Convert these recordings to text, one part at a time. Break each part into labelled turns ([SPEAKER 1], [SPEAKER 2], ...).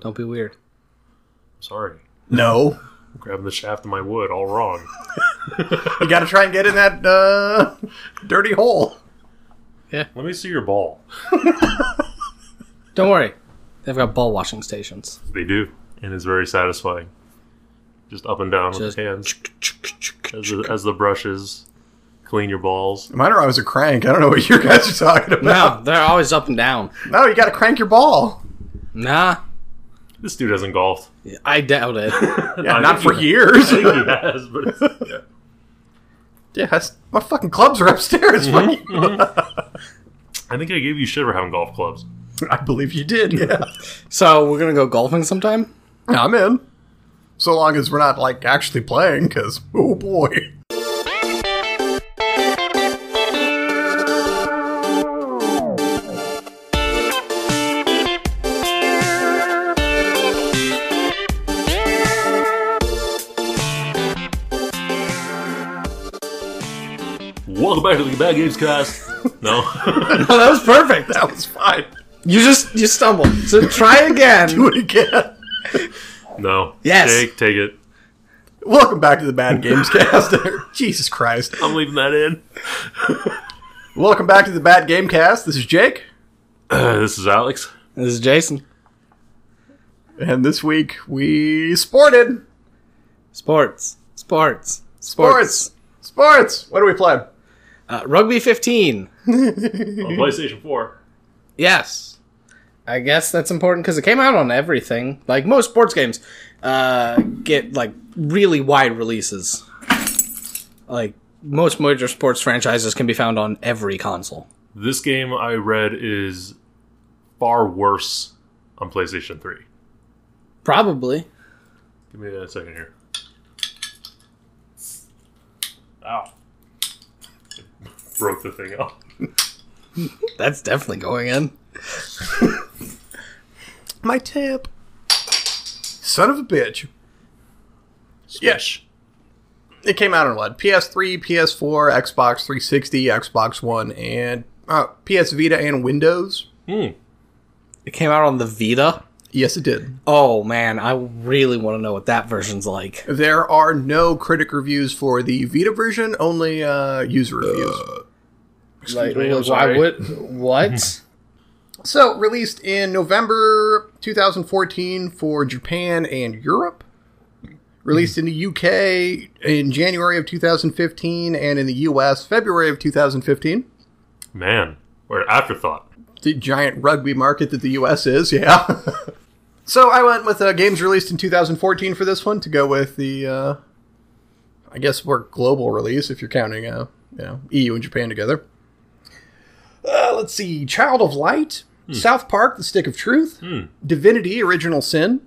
[SPEAKER 1] Don't be weird.
[SPEAKER 2] Sorry.
[SPEAKER 3] No.
[SPEAKER 2] Grabbing the shaft of my wood all wrong.
[SPEAKER 3] You gotta try and get in that uh, dirty hole.
[SPEAKER 2] Let me see your ball.
[SPEAKER 1] Don't worry. They've got ball washing stations.
[SPEAKER 2] They do. And it's very satisfying. Just up and down with
[SPEAKER 1] Just-
[SPEAKER 2] the hands. As the, as the brushes clean your balls.
[SPEAKER 3] Mine are always a crank. I don't know what you guys are talking
[SPEAKER 1] No,
[SPEAKER 3] about.
[SPEAKER 1] they're always up and down.
[SPEAKER 3] No, you gotta crank your ball.
[SPEAKER 1] Nah,
[SPEAKER 2] This dude hasn't golfed.
[SPEAKER 1] I doubt it.
[SPEAKER 3] Yeah,
[SPEAKER 2] I
[SPEAKER 3] not for
[SPEAKER 2] think he-
[SPEAKER 3] years.
[SPEAKER 2] I think he has, but it's, yeah.
[SPEAKER 3] yeah, that's- my fucking clubs are upstairs. Fuck you.
[SPEAKER 2] I think I gave you shit for having golf clubs.
[SPEAKER 3] I believe you did. Yeah.
[SPEAKER 1] So we're gonna go golfing sometime.
[SPEAKER 3] I'm in. So long as we're not like actually playing, because oh boy,
[SPEAKER 2] Welcome back to the Bad Games Cast. No.
[SPEAKER 1] Oh, that was perfect.
[SPEAKER 3] that was fine.
[SPEAKER 1] You just you stumbled. So try again.
[SPEAKER 3] Do it again.
[SPEAKER 2] no.
[SPEAKER 1] Yes.
[SPEAKER 2] Jake, take it.
[SPEAKER 3] Welcome back to the Bad Games Cast. Jesus Christ.
[SPEAKER 2] I'm leaving that in.
[SPEAKER 3] Welcome back to the Bad Game Cast. This is Jake,
[SPEAKER 2] Uh, this is Alex.
[SPEAKER 1] This is Jason.
[SPEAKER 3] and this week we sported
[SPEAKER 1] Sports. Sports.
[SPEAKER 3] sports. Sports. What do we play?
[SPEAKER 1] Uh, rugby 15.
[SPEAKER 2] On PlayStation 4.
[SPEAKER 1] Yes. I guess that's important because it came out on everything. Like most sports games, uh, get like really wide releases. Like most major sports franchises can be found on every console.
[SPEAKER 2] This game I read is far worse on PlayStation 3.
[SPEAKER 1] Probably.
[SPEAKER 2] Give me a second here. Ow. Broke the thing off.
[SPEAKER 1] That's definitely going in.
[SPEAKER 3] My tip. Son of a bitch. Yes. It came out on what? PS3, PS4, Xbox 360, Xbox One, and uh, PS Vita and Windows.
[SPEAKER 2] Hmm.
[SPEAKER 1] It came out on the Vita.
[SPEAKER 3] Yes, it did.
[SPEAKER 1] Oh man, I really want to know what that version's like.
[SPEAKER 3] There are no critic reviews for the Vita version, only uh, user reviews.
[SPEAKER 1] Like,
[SPEAKER 2] me, I'm
[SPEAKER 1] why
[SPEAKER 2] sorry.
[SPEAKER 1] would what?
[SPEAKER 3] So, released in November 2014 for Japan and Europe. Released in the UK in January of 2015 and in the US February of 2015.
[SPEAKER 2] Man. Or an afterthought.
[SPEAKER 3] the giant rugby market that the U.S. is. Yeah. so I went with uh, games released in 2014 for this one to go with the, uh, I guess, more global release if you're counting, uh, you know, EU and Japan together. Uh, let's see, Child of Light, South Park: The Stick of Truth, Divinity: Original Sin,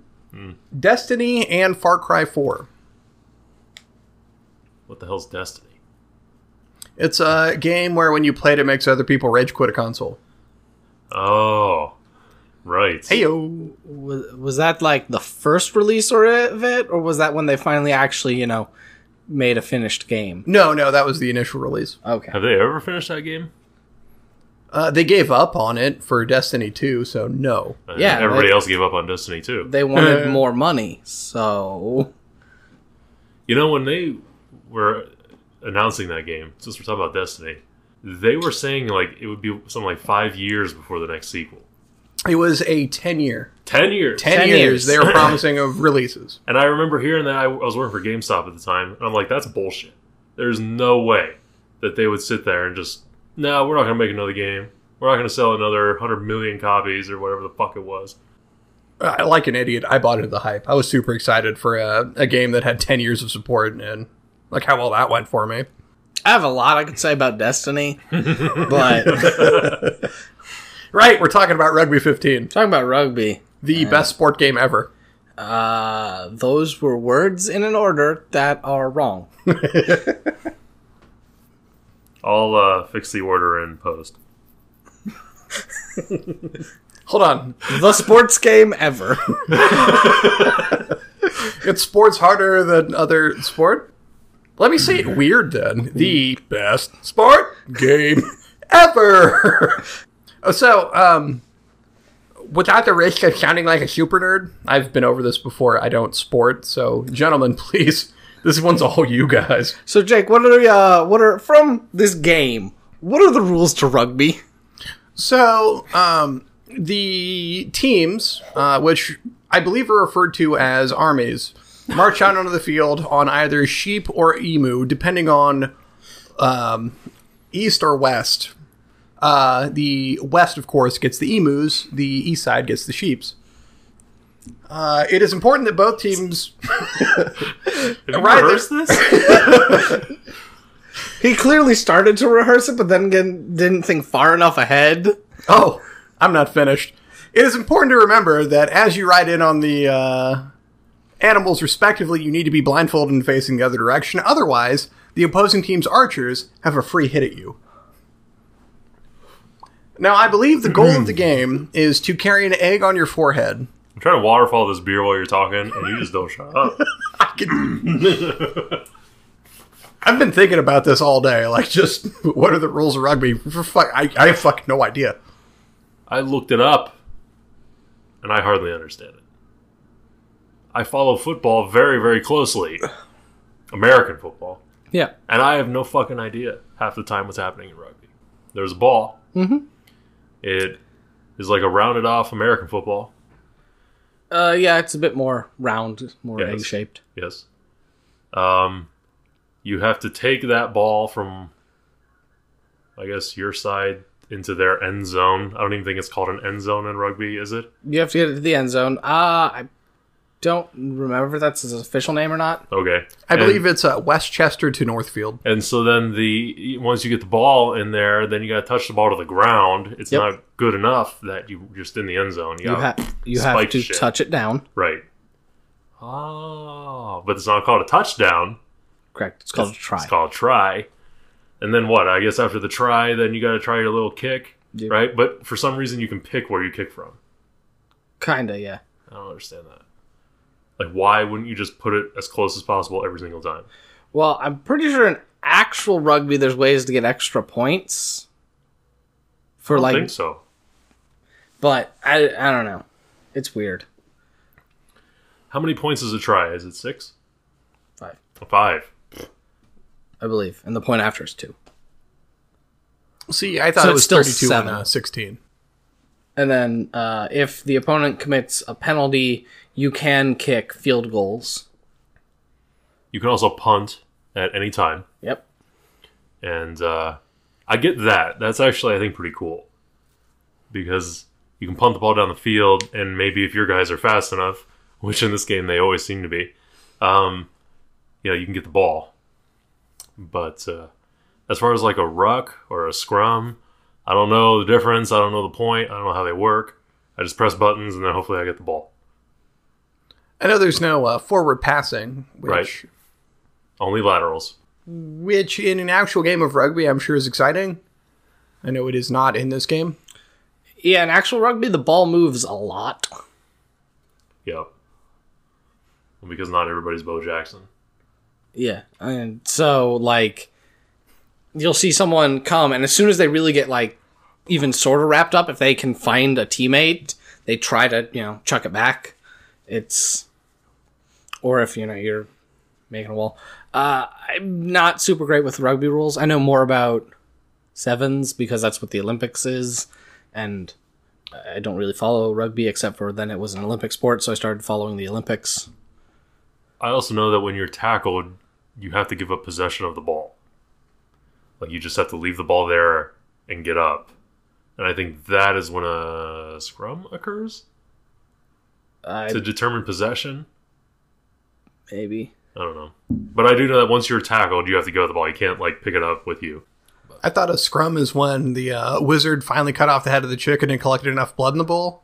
[SPEAKER 3] Destiny, and Far Cry 4.
[SPEAKER 2] What the hell's Destiny?
[SPEAKER 3] It's a game where when you play it, it makes other people rage quit a console.
[SPEAKER 2] Oh. Right.
[SPEAKER 3] Heyo.
[SPEAKER 1] was, was that like the first release or of it, or was that when they finally actually you know made a finished game?
[SPEAKER 3] No, no, that was the initial release.
[SPEAKER 1] Okay,
[SPEAKER 2] Have they ever finished that game?
[SPEAKER 3] Uh, they gave up on it for Destiny 2, so no.
[SPEAKER 2] Uh,
[SPEAKER 1] Yeah,
[SPEAKER 2] Everybody
[SPEAKER 1] they-
[SPEAKER 2] else gave up on Destiny too.
[SPEAKER 1] they wanted more money, so
[SPEAKER 2] You know, when they were announcing that game, since we're talking about Destiny, they were saying like it would be something like five years before the next sequel.
[SPEAKER 3] It was a 10 year.
[SPEAKER 2] Ten years.
[SPEAKER 3] 10,
[SPEAKER 1] Ten
[SPEAKER 3] years,
[SPEAKER 1] years.
[SPEAKER 3] they were promising of releases.
[SPEAKER 2] And I remember hearing that I, I was working for GameStop at the time, and I'm like, that's bullshit. There's no way that they would sit there and just, no, we're not going to make another game. We're not going to sell another 100 million copies or whatever the fuck it was.
[SPEAKER 3] Uh, like an idiot, I bought into the hype. I was super excited for a, a game that had 10 years of support and like how well that went for me.
[SPEAKER 1] I have a lot I could say about Destiny, but
[SPEAKER 3] Right, we're talking about Rugby 15,
[SPEAKER 1] talking about rugby,
[SPEAKER 3] the best sport game ever.
[SPEAKER 1] uh, those were words in an order that are wrong.
[SPEAKER 2] I'll uh, fix the order in post.
[SPEAKER 3] Hold on.
[SPEAKER 1] The sports game ever.
[SPEAKER 3] It's sports harder than other sport? Let me say it weird then. The best sport game ever. Oh, so, um, without the risk of sounding like a super nerd, I've been over this before. I don't sport, so gentlemen, please, this one's all you guys.
[SPEAKER 1] So Jake, what are uh, what are from this game? What are the rules to rugby?
[SPEAKER 3] So, um, the teams, uh, which I believe are referred to as armies, march out onto the field on either sheep or emu, depending on um, east or west. Uh, the west, of course, gets the emus. The east side gets the sheeps. Uh, it is important that both teams.
[SPEAKER 2] Have you
[SPEAKER 3] Right,
[SPEAKER 2] rehearsed this?
[SPEAKER 1] He clearly started to rehearse it, but then again, didn't think far enough ahead.
[SPEAKER 3] Oh, I'm not finished. It is important to remember that as you ride in on the uh, animals, respectively, you need to be blindfolded and facing the other direction. Otherwise, the opposing team's archers have a free hit at you. Now, I believe the goal of
[SPEAKER 1] Hmm.
[SPEAKER 3] the game is to carry an egg on your forehead.
[SPEAKER 2] I'm trying to waterfall this beer while you're talking, and you just don't shut up.
[SPEAKER 3] I have been thinking about this all day. Like, just what are the rules of rugby? For fuck, I, I have fucking no idea.
[SPEAKER 2] I looked it up, and I hardly understand it. I follow football very, very closely, American football,
[SPEAKER 1] Yeah.
[SPEAKER 2] and I have no fucking idea half the time what's happening in rugby. There's a ball. Mm-hmm. It is like a rounded off American football.
[SPEAKER 1] Uh, yeah, it's a bit more round, more
[SPEAKER 2] Yes.
[SPEAKER 1] egg shaped.
[SPEAKER 2] Yes. Um, you have to take that ball from, I guess, your side into their end zone. I don't even think it's called an end zone in rugby, is it?
[SPEAKER 1] You have to get it to the end zone. Uh, I don't remember if that's his official name or not.
[SPEAKER 2] Okay.
[SPEAKER 3] I
[SPEAKER 2] And-
[SPEAKER 3] believe it's uh, Westchester to Northfield.
[SPEAKER 2] And so then the once you get the ball in there, then you got to touch the ball to the ground. It's
[SPEAKER 1] Yep.
[SPEAKER 2] not good enough that you you're just in the end zone. You
[SPEAKER 1] You,
[SPEAKER 2] gotta-
[SPEAKER 1] ha- you have
[SPEAKER 2] Spike
[SPEAKER 1] to
[SPEAKER 2] shit.
[SPEAKER 1] touch it down.
[SPEAKER 2] right. Oh, but it's not called a touchdown.
[SPEAKER 1] Correct. It's called a try.
[SPEAKER 2] It's called a try. And then what? I guess after the try, then you got to try your little kick,
[SPEAKER 1] Yep.
[SPEAKER 2] right? But for some reason, you can pick where you kick from.
[SPEAKER 1] Kinda, yeah.
[SPEAKER 2] I don't understand that. Like, why wouldn't you just put it as close as possible every single time?
[SPEAKER 1] Well, I'm pretty sure in actual rugby, there's ways to get extra points for
[SPEAKER 2] I
[SPEAKER 1] like,
[SPEAKER 2] think so.
[SPEAKER 1] but I I don't know. It's weird.
[SPEAKER 2] How many points is a try? Is it six?
[SPEAKER 1] Five,
[SPEAKER 2] Five.
[SPEAKER 1] I believe, and the point after is two,
[SPEAKER 3] See, I thought
[SPEAKER 1] So
[SPEAKER 3] it
[SPEAKER 1] it's
[SPEAKER 3] was
[SPEAKER 1] still
[SPEAKER 3] 32
[SPEAKER 1] seven.
[SPEAKER 3] and uh, 16.
[SPEAKER 1] and then uh, if the opponent commits a penalty, you can kick field goals.
[SPEAKER 2] You can also punt at any time.
[SPEAKER 1] Yep.
[SPEAKER 2] and uh, I get that. That's actually I think pretty cool because you can punt the ball down the field, and maybe if your guys are fast enough, which in this game they always seem to be, um, you know, you can get the ball. But uh, as far as like a ruck or a scrum, I don't know the difference. I don't know the point. I don't know how they work. I just press buttons, and then hopefully I get the ball.
[SPEAKER 3] I know there's no uh, forward passing, which
[SPEAKER 2] Only laterals.
[SPEAKER 3] which in an actual game of rugby, I'm sure is exciting. I know it is not in this game.
[SPEAKER 1] Yeah, in actual rugby, the ball moves a lot.
[SPEAKER 2] Yep. Because not everybody's Bo Jackson.
[SPEAKER 1] Yeah. And so like you'll see someone come and as soon as they really get like even sort of wrapped up if they can find a teammate, they try to, you know, chuck it back. It's or if, you know, you're making a wall. Uh I'm not super great with rugby rules. I know more about sevens because that's what the Olympics is and I don't really follow rugby except for then it was an Olympic sport, so I started following the Olympics.
[SPEAKER 2] I also know that when you're tackled, you have to give up possession of the ball. Like you just have to leave the ball there and get up. And I think that is when a scrum occurs
[SPEAKER 1] I
[SPEAKER 2] to determine possession.
[SPEAKER 1] maybe
[SPEAKER 2] I don't know. But I do know that once you're tackled, you have to go with the ball. You can't like pick it up with you.
[SPEAKER 3] I thought a scrum is when the uh, wizard finally cut off the head of the chicken and collected enough blood in the bowl.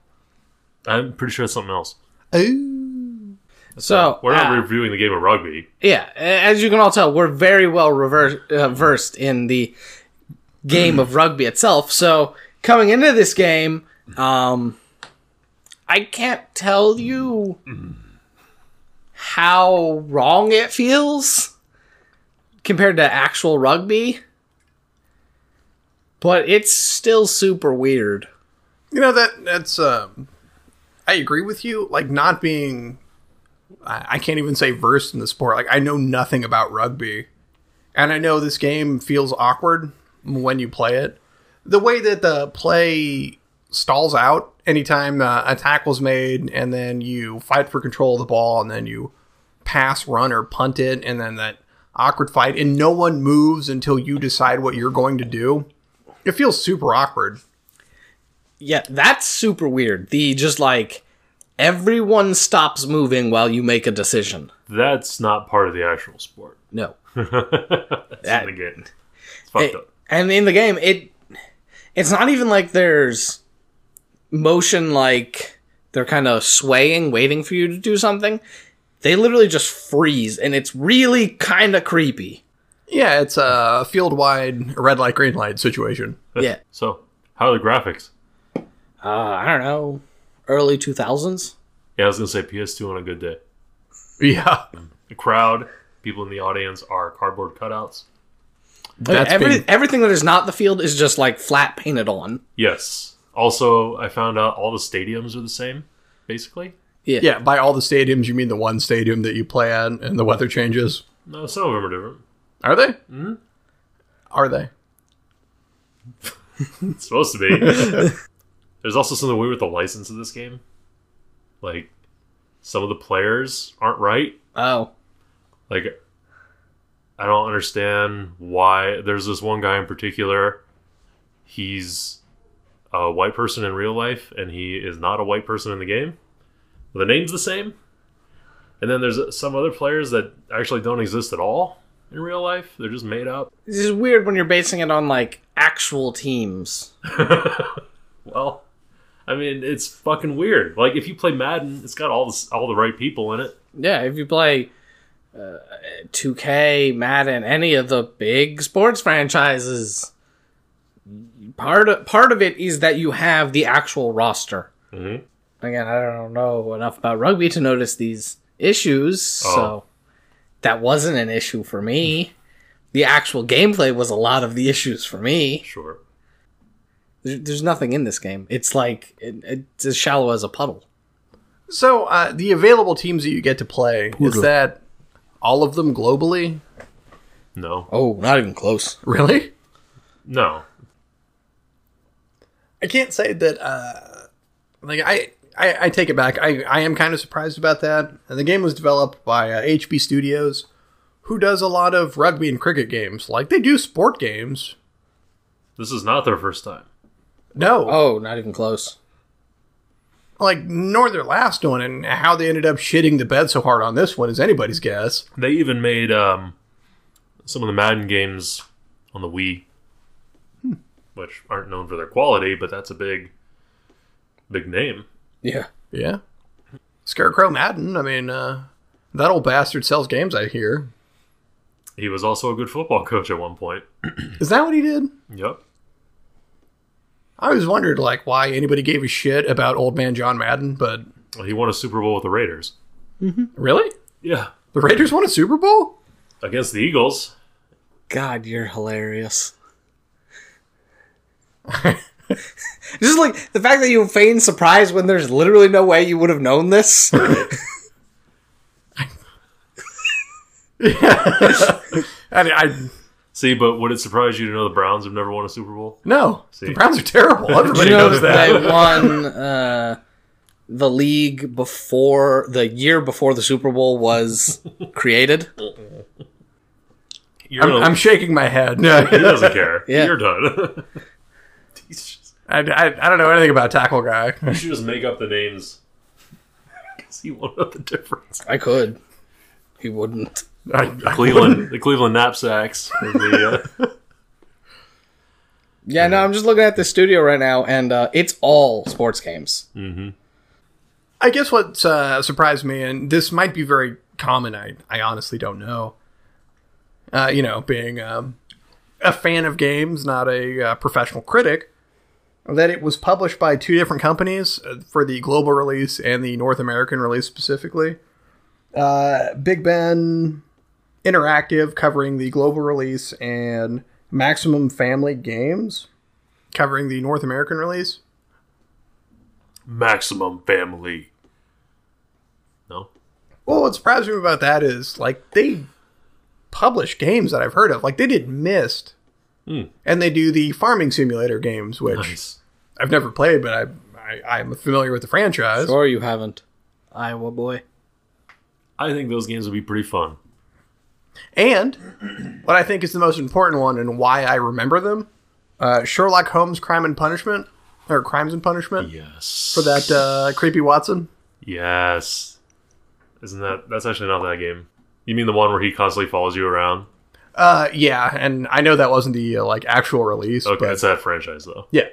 [SPEAKER 2] I'm pretty sure it's something else.
[SPEAKER 3] Ooh.
[SPEAKER 1] so
[SPEAKER 2] We're not
[SPEAKER 1] uh,
[SPEAKER 2] reviewing the game of rugby.
[SPEAKER 1] Yeah, a- as you can all tell, we're very well rever uh, versed in the game of rugby itself. So coming into this game, um, I can't tell you how wrong it feels compared to actual rugby, but it's still super weird.
[SPEAKER 3] You know that that's um I agree with you. Like not being, I, I can't even say versed in the sport. Like I know nothing about rugby, and I know this game feels awkward when you play it. The way that the play stalls out anytime uh, a tackle's made, and then you fight for control of the ball, and then you pass, run, or punt it, and then that awkward fight, and no one moves until you decide what you're going to do. It feels super awkward.
[SPEAKER 1] Yeah, that's super weird. The just like everyone stops moving while you make a decision.
[SPEAKER 2] That's not part of the actual sport.
[SPEAKER 1] No.
[SPEAKER 2] That's
[SPEAKER 1] That-
[SPEAKER 2] in the game. It's fucked
[SPEAKER 1] It-
[SPEAKER 2] up.
[SPEAKER 1] and in the game it it's not even like there's motion like they're kind of swaying waiting for you to do something they literally just freeze and it's really kind of creepy
[SPEAKER 3] Yeah, it's a field wide red light, green light situation.
[SPEAKER 1] yeah
[SPEAKER 2] So, how are the graphics?
[SPEAKER 1] uh, i don't know early 2000s
[SPEAKER 2] Yeah, I was gonna say PS2 on a good day.
[SPEAKER 3] Yeah.
[SPEAKER 2] The crowd, people in the audience are cardboard cutouts.
[SPEAKER 3] That's
[SPEAKER 1] Every,
[SPEAKER 3] being-
[SPEAKER 1] everything that is not the field is just like flat painted on
[SPEAKER 2] Yes. Also, I found out all the stadiums are the same, basically.
[SPEAKER 3] Yeah, by all the stadiums, you mean the one stadium that you play at and the weather changes?
[SPEAKER 2] No, some of them are different.
[SPEAKER 3] Are they? Mm-hmm. Are they?
[SPEAKER 2] It's supposed to be. There's also something weird with the license of this game. Like, some of the players aren't right.
[SPEAKER 1] oh
[SPEAKER 2] Like, I don't understand why. There's this one guy in particular. He's a white person in real life, and he is not a white person in the game. The name's the same. And then there's some other players that actually don't exist at all in real life. They're just made up.
[SPEAKER 1] this is weird when you're basing it on like actual teams
[SPEAKER 2] well, I mean, it's fucking weird. Like if you play Madden, it's got all this, all the right people in it.
[SPEAKER 1] Yeah, if you play uh, 2K, Madden, any of the big sports franchises, part of, part of it is that you have the actual roster. Mm-hmm.
[SPEAKER 2] Mhm.
[SPEAKER 1] Again, I don't know enough about rugby to notice these issues, so
[SPEAKER 2] Oh.
[SPEAKER 1] that wasn't an issue for me. the actual gameplay was a lot of the issues for me.
[SPEAKER 2] Sure.
[SPEAKER 1] There- There's nothing in this game. It's like it, it's as shallow as a puddle.
[SPEAKER 3] So, uh, the available teams that you get to play, is that all of them globally?
[SPEAKER 2] No.
[SPEAKER 1] Oh, not even close.
[SPEAKER 3] Really?
[SPEAKER 2] No.
[SPEAKER 3] I can't say that. Uh, like I, I, I take it back. I, I am kind of surprised about that. And the game was developed by uh, HB Studios, who does a lot of rugby and cricket games. Like they do sport games.
[SPEAKER 2] This is not their first time.
[SPEAKER 3] No,
[SPEAKER 1] Oh, not even close.
[SPEAKER 3] like nor their last one, and how they ended up shitting the bed so hard on this one is anybody's guess.
[SPEAKER 2] They even made um, some of the Madden games on the Wii, which aren't known for their quality, but that's a big, big name.
[SPEAKER 1] Yeah.
[SPEAKER 3] Yeah, Scarecrow Madden. I mean, uh, that old bastard sells games. I hear.
[SPEAKER 2] He was also a good football coach at one point.
[SPEAKER 3] Is that what he did?
[SPEAKER 2] Yep.
[SPEAKER 3] I always wondered like why anybody gave a shit about old man John Madden, but
[SPEAKER 2] He won a Super Bowl with the Raiders.
[SPEAKER 3] really,
[SPEAKER 2] Yeah.
[SPEAKER 3] the Raiders won a Super Bowl.
[SPEAKER 2] Against the Eagles.
[SPEAKER 1] God, you're hilarious. Just like the fact that you feign surprise when there's literally no way you would have known this.
[SPEAKER 3] I mean, I
[SPEAKER 2] See, but would it surprise you to know the Browns have never won a Super Bowl?
[SPEAKER 3] no.
[SPEAKER 2] See.
[SPEAKER 3] The Browns are terrible. Everybody
[SPEAKER 2] You know
[SPEAKER 3] knows that.
[SPEAKER 1] they won uh, the league before the year before the Super Bowl was created.
[SPEAKER 2] You're
[SPEAKER 3] I'm,
[SPEAKER 2] gonna-
[SPEAKER 3] I'm shaking my head.
[SPEAKER 2] He doesn't care.
[SPEAKER 1] Yeah.
[SPEAKER 2] You're done. He's just-
[SPEAKER 3] I, I, I don't know anything about tackle guy.
[SPEAKER 2] you should just make up the names. Because he won't know the difference.
[SPEAKER 1] I could. He wouldn't.
[SPEAKER 3] I- I-
[SPEAKER 2] Cleveland, the Cleveland knapsacks. and The, uh,
[SPEAKER 1] Yeah, no, I'm just looking at the studio right now, and uh, it's all sports games.
[SPEAKER 3] Hmm. I guess what uh, surprised me, and this might be very common, I, I honestly don't know. Uh, you know, being um, a fan of games, not a uh, professional critic, that it was published by two different companies uh, for the global release and the North American release specifically. Uh, Big Ben Interactive covering the global release and Maximum Family Games covering the North American release.
[SPEAKER 2] Maximum Family. No?
[SPEAKER 3] Well, what surprised me about that is like they publish games that I've heard of. Like they did Mist,
[SPEAKER 2] Hmm.
[SPEAKER 3] and they do the farming simulator games, which
[SPEAKER 2] Nice.
[SPEAKER 3] I've never played, but I, I I'm familiar with the franchise.
[SPEAKER 1] Or you haven't. Iowa boy.
[SPEAKER 2] I think those games would be pretty fun.
[SPEAKER 3] And what I think is the most important one and why I remember them, uh, Sherlock Holmes: Crime and Punishment, or Crimes and Punishment
[SPEAKER 2] Yes.
[SPEAKER 3] for that uh, creepy Watson.
[SPEAKER 2] Yes. Isn't that that's actually not that game. You mean the one where he constantly follows you around?
[SPEAKER 3] Uh, yeah, and I know that wasn't the uh, like actual release,
[SPEAKER 2] Okay,
[SPEAKER 3] but
[SPEAKER 2] it's that franchise though.
[SPEAKER 3] yeah,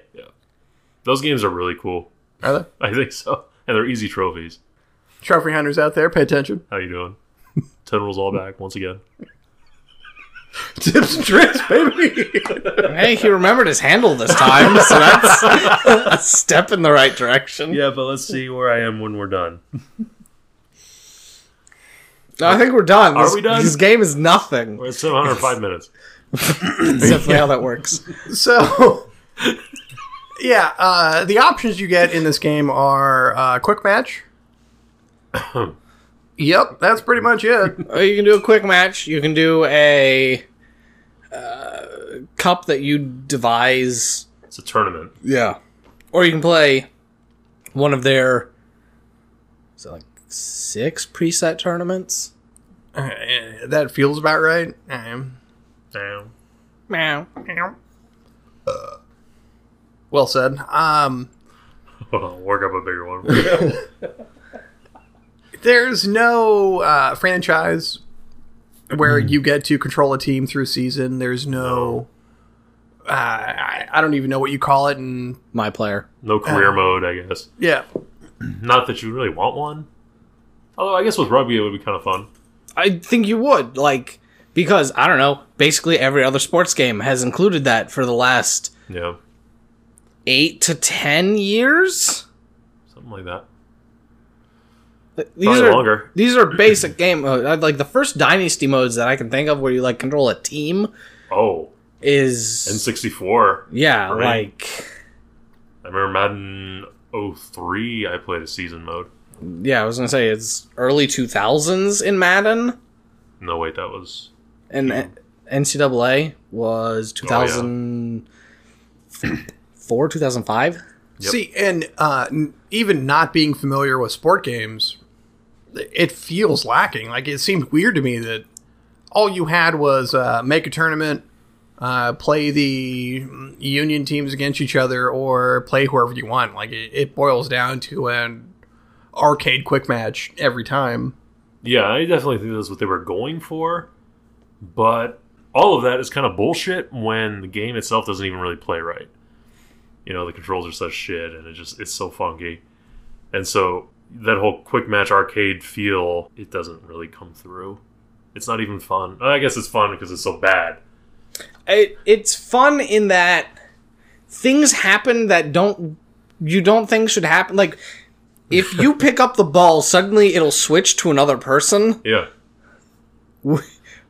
[SPEAKER 2] Those games are really cool.
[SPEAKER 3] are there
[SPEAKER 2] I think so. And they're easy trophies.
[SPEAKER 3] trophy hunters out there? Pay attention.
[SPEAKER 2] How you doing? Ten rules all back once again.
[SPEAKER 3] Tips and tricks, baby.
[SPEAKER 1] Hey, he remembered his handle this time, so that's a step in the right direction.
[SPEAKER 2] Yeah, but let's see where I am when we're done.
[SPEAKER 1] No, I think we're done.
[SPEAKER 2] Are
[SPEAKER 1] This-
[SPEAKER 2] we done?
[SPEAKER 1] This game is nothing.
[SPEAKER 2] We're at 705 minutes.
[SPEAKER 1] That's definitely how that works.
[SPEAKER 3] So, yeah, uh, the options you get in this game are uh, quick match. yep, that's pretty much it.
[SPEAKER 1] Uh, You can do a quick match. You can do a uh, cup that you devise.
[SPEAKER 2] It's a tournament.
[SPEAKER 1] Yeah. Or you can play one of their. Is it like six preset tournaments?
[SPEAKER 3] Uh, that feels about right. Um,
[SPEAKER 2] Damn.
[SPEAKER 1] Meow.
[SPEAKER 3] uh, well said. Um,
[SPEAKER 2] Work up a bigger one.
[SPEAKER 3] there's no uh, franchise where you get to control a team through season. There's no. Uh, I, I don't even know what you call it, and
[SPEAKER 1] My player.
[SPEAKER 2] No career mode, I guess.
[SPEAKER 3] yeah,
[SPEAKER 2] Not that you really want one. Although I guess with rugby it would be kind of fun.
[SPEAKER 1] I think you would like because I don't know. Basically, every other sports game has included that for the last
[SPEAKER 2] Yeah,
[SPEAKER 1] eight to ten years.
[SPEAKER 2] something like that.
[SPEAKER 1] Th- These
[SPEAKER 2] Probably
[SPEAKER 1] are
[SPEAKER 2] longer.
[SPEAKER 1] these are basic game mode. I'd- Like the first dynasty modes that I can think of, where you like control a team,
[SPEAKER 2] Oh,
[SPEAKER 1] is
[SPEAKER 2] N64.
[SPEAKER 1] yeah,
[SPEAKER 2] right.
[SPEAKER 1] like
[SPEAKER 2] I remember Madden 03, I played a season mode.
[SPEAKER 1] yeah. I was gonna say it's early two thousands in Madden
[SPEAKER 2] No, wait, that was.
[SPEAKER 1] and E, NCAA
[SPEAKER 2] Oh,
[SPEAKER 1] was two thousand four, two thousand five.
[SPEAKER 2] Yep.
[SPEAKER 3] See, and uh, n- even not being familiar with sport games, it feels lacking. Like it seemed weird to me that all you had was uh, make a tournament, uh, play the mm, union teams against each other, or play whoever you want. Like it, it boils down to an arcade quick match every time.
[SPEAKER 2] Yeah, I definitely think that's what they were going for. But all of that is kind of bullshit when the game itself doesn't even really play right. You know, the controls are such shit and it just it's so funky. And so that whole quick match arcade feel, it doesn't really come through. It's not even fun. I guess it's fun because it's so bad.
[SPEAKER 1] it, it's fun in that things happen that don't you don't think should happen like if you pick up the ball suddenly it'll switch to another person
[SPEAKER 2] Yeah.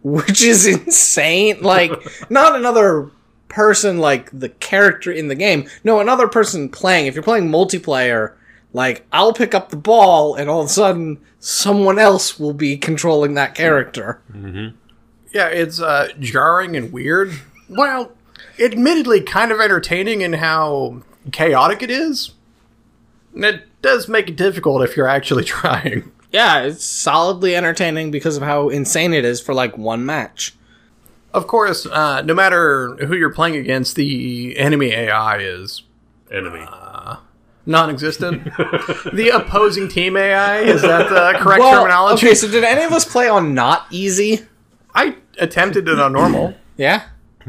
[SPEAKER 1] which is insane like not another person like the character in the game no another person playing if you're playing multiplayer like i'll pick up the ball and all of a sudden someone else will be controlling that character
[SPEAKER 3] Yeah, it's uh, jarring and weird. Well, admittedly, kind of entertaining in how chaotic it is. And it does make it difficult if you're actually trying.
[SPEAKER 1] yeah it's solidly entertaining because of how insane it is for like one match
[SPEAKER 3] Of course, uh, no matter who you're playing against, the enemy AI is
[SPEAKER 2] Enemy.
[SPEAKER 3] non-existent. the opposing team AI is that the correct
[SPEAKER 1] Well,
[SPEAKER 3] terminology?
[SPEAKER 1] Okay, so did any of us play on not easy?
[SPEAKER 3] I attempted it on normal.
[SPEAKER 1] Yeah.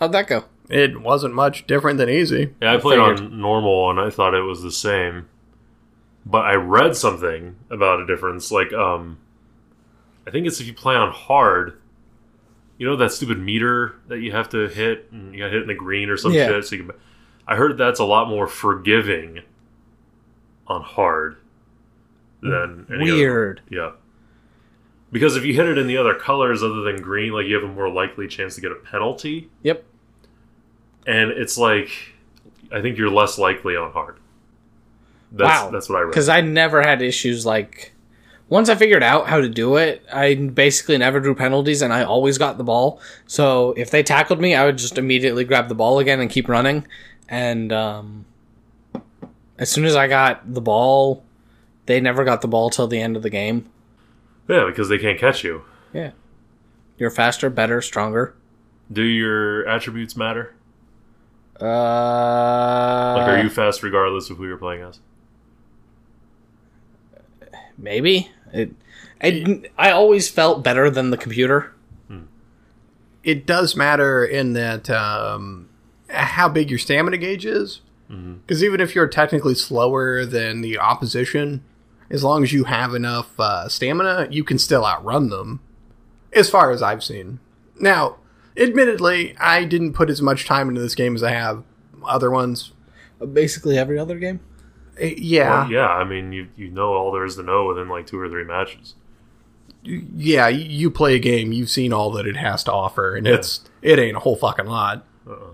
[SPEAKER 1] How'd that go?
[SPEAKER 3] It wasn't much different than easy.
[SPEAKER 2] Yeah, I played
[SPEAKER 1] figured.
[SPEAKER 2] on normal and I thought it was the same. But I read something about a difference. Like, um, I think it's if you play on hard, you know that stupid meter that you have to hit and you got hit in the green or some
[SPEAKER 1] Yeah.
[SPEAKER 2] shit. So you can, I heard that's a lot more forgiving on hard than any other-
[SPEAKER 1] Weird.
[SPEAKER 2] yeah. Because if you hit it in the other colors other than green, like you have a more likely chance to get a penalty
[SPEAKER 1] Yep.
[SPEAKER 2] and it's like I think you're less likely on hard. That's,
[SPEAKER 1] wow,
[SPEAKER 2] That's what I read.
[SPEAKER 1] Because I never had issues like. Once I figured out how to do it, I basically never drew penalties, and I always got the ball. So if they tackled me, I would just immediately grab the ball again and keep running. And um, as soon as I got the ball, they never got the ball till the end of the game.
[SPEAKER 2] Yeah, because they can't catch you.
[SPEAKER 1] Yeah, you're faster, better, stronger.
[SPEAKER 2] Do your attributes matter?
[SPEAKER 1] Uh,
[SPEAKER 2] Like, are you fast regardless of who you're playing as?
[SPEAKER 1] maybe it? I, I always felt better than the computer.
[SPEAKER 3] It does matter in that um, how big your stamina gauge is. Because even if you're technically slower than the opposition, as long as you have enough uh, stamina, you can still outrun them, as far as I've seen. Now, admittedly, I didn't put as much time into this game as I have other ones.
[SPEAKER 1] Basically, every other game.
[SPEAKER 3] Uh, Yeah.
[SPEAKER 2] Well, yeah, I mean, you you know all there is to know within like two or three matches.
[SPEAKER 3] yeah, y- you play a game, you've seen all that it has to offer, and it's it ain't a whole fucking lot.
[SPEAKER 2] Uh-uh.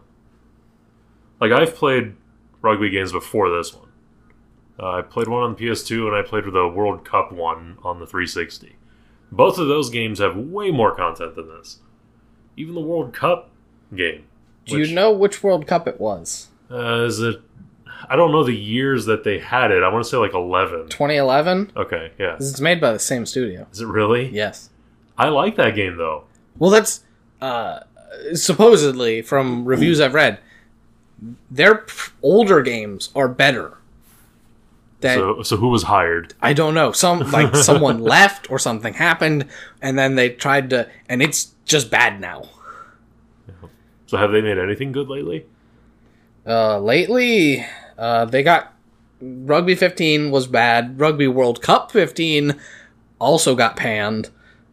[SPEAKER 2] Like, I've played rugby games before this one. Uh, I played one on PS2 and I played the World Cup one on the 360. Both of those games have way more content than this. Even the World Cup game.
[SPEAKER 1] Do
[SPEAKER 2] which-
[SPEAKER 1] you know which World Cup it was?
[SPEAKER 2] Uh, is it? I don't know the years that they had it. I want to say like eleven.
[SPEAKER 1] 2011.
[SPEAKER 2] Okay, yeah.
[SPEAKER 1] It's made by the same studio.
[SPEAKER 2] Is it really?
[SPEAKER 1] Yes.
[SPEAKER 2] I like that game though.
[SPEAKER 1] Well, that's uh, supposedly from reviews I've read. Their p- older games are better. That
[SPEAKER 2] So, so who was hired?
[SPEAKER 1] I don't know. Some like someone left or something happened, and then they tried to, and it's just bad now.
[SPEAKER 2] So have they made anything good lately?
[SPEAKER 1] Uh, lately, uh, they got Rugby 15 was bad. Rugby World Cup 15 also got panned.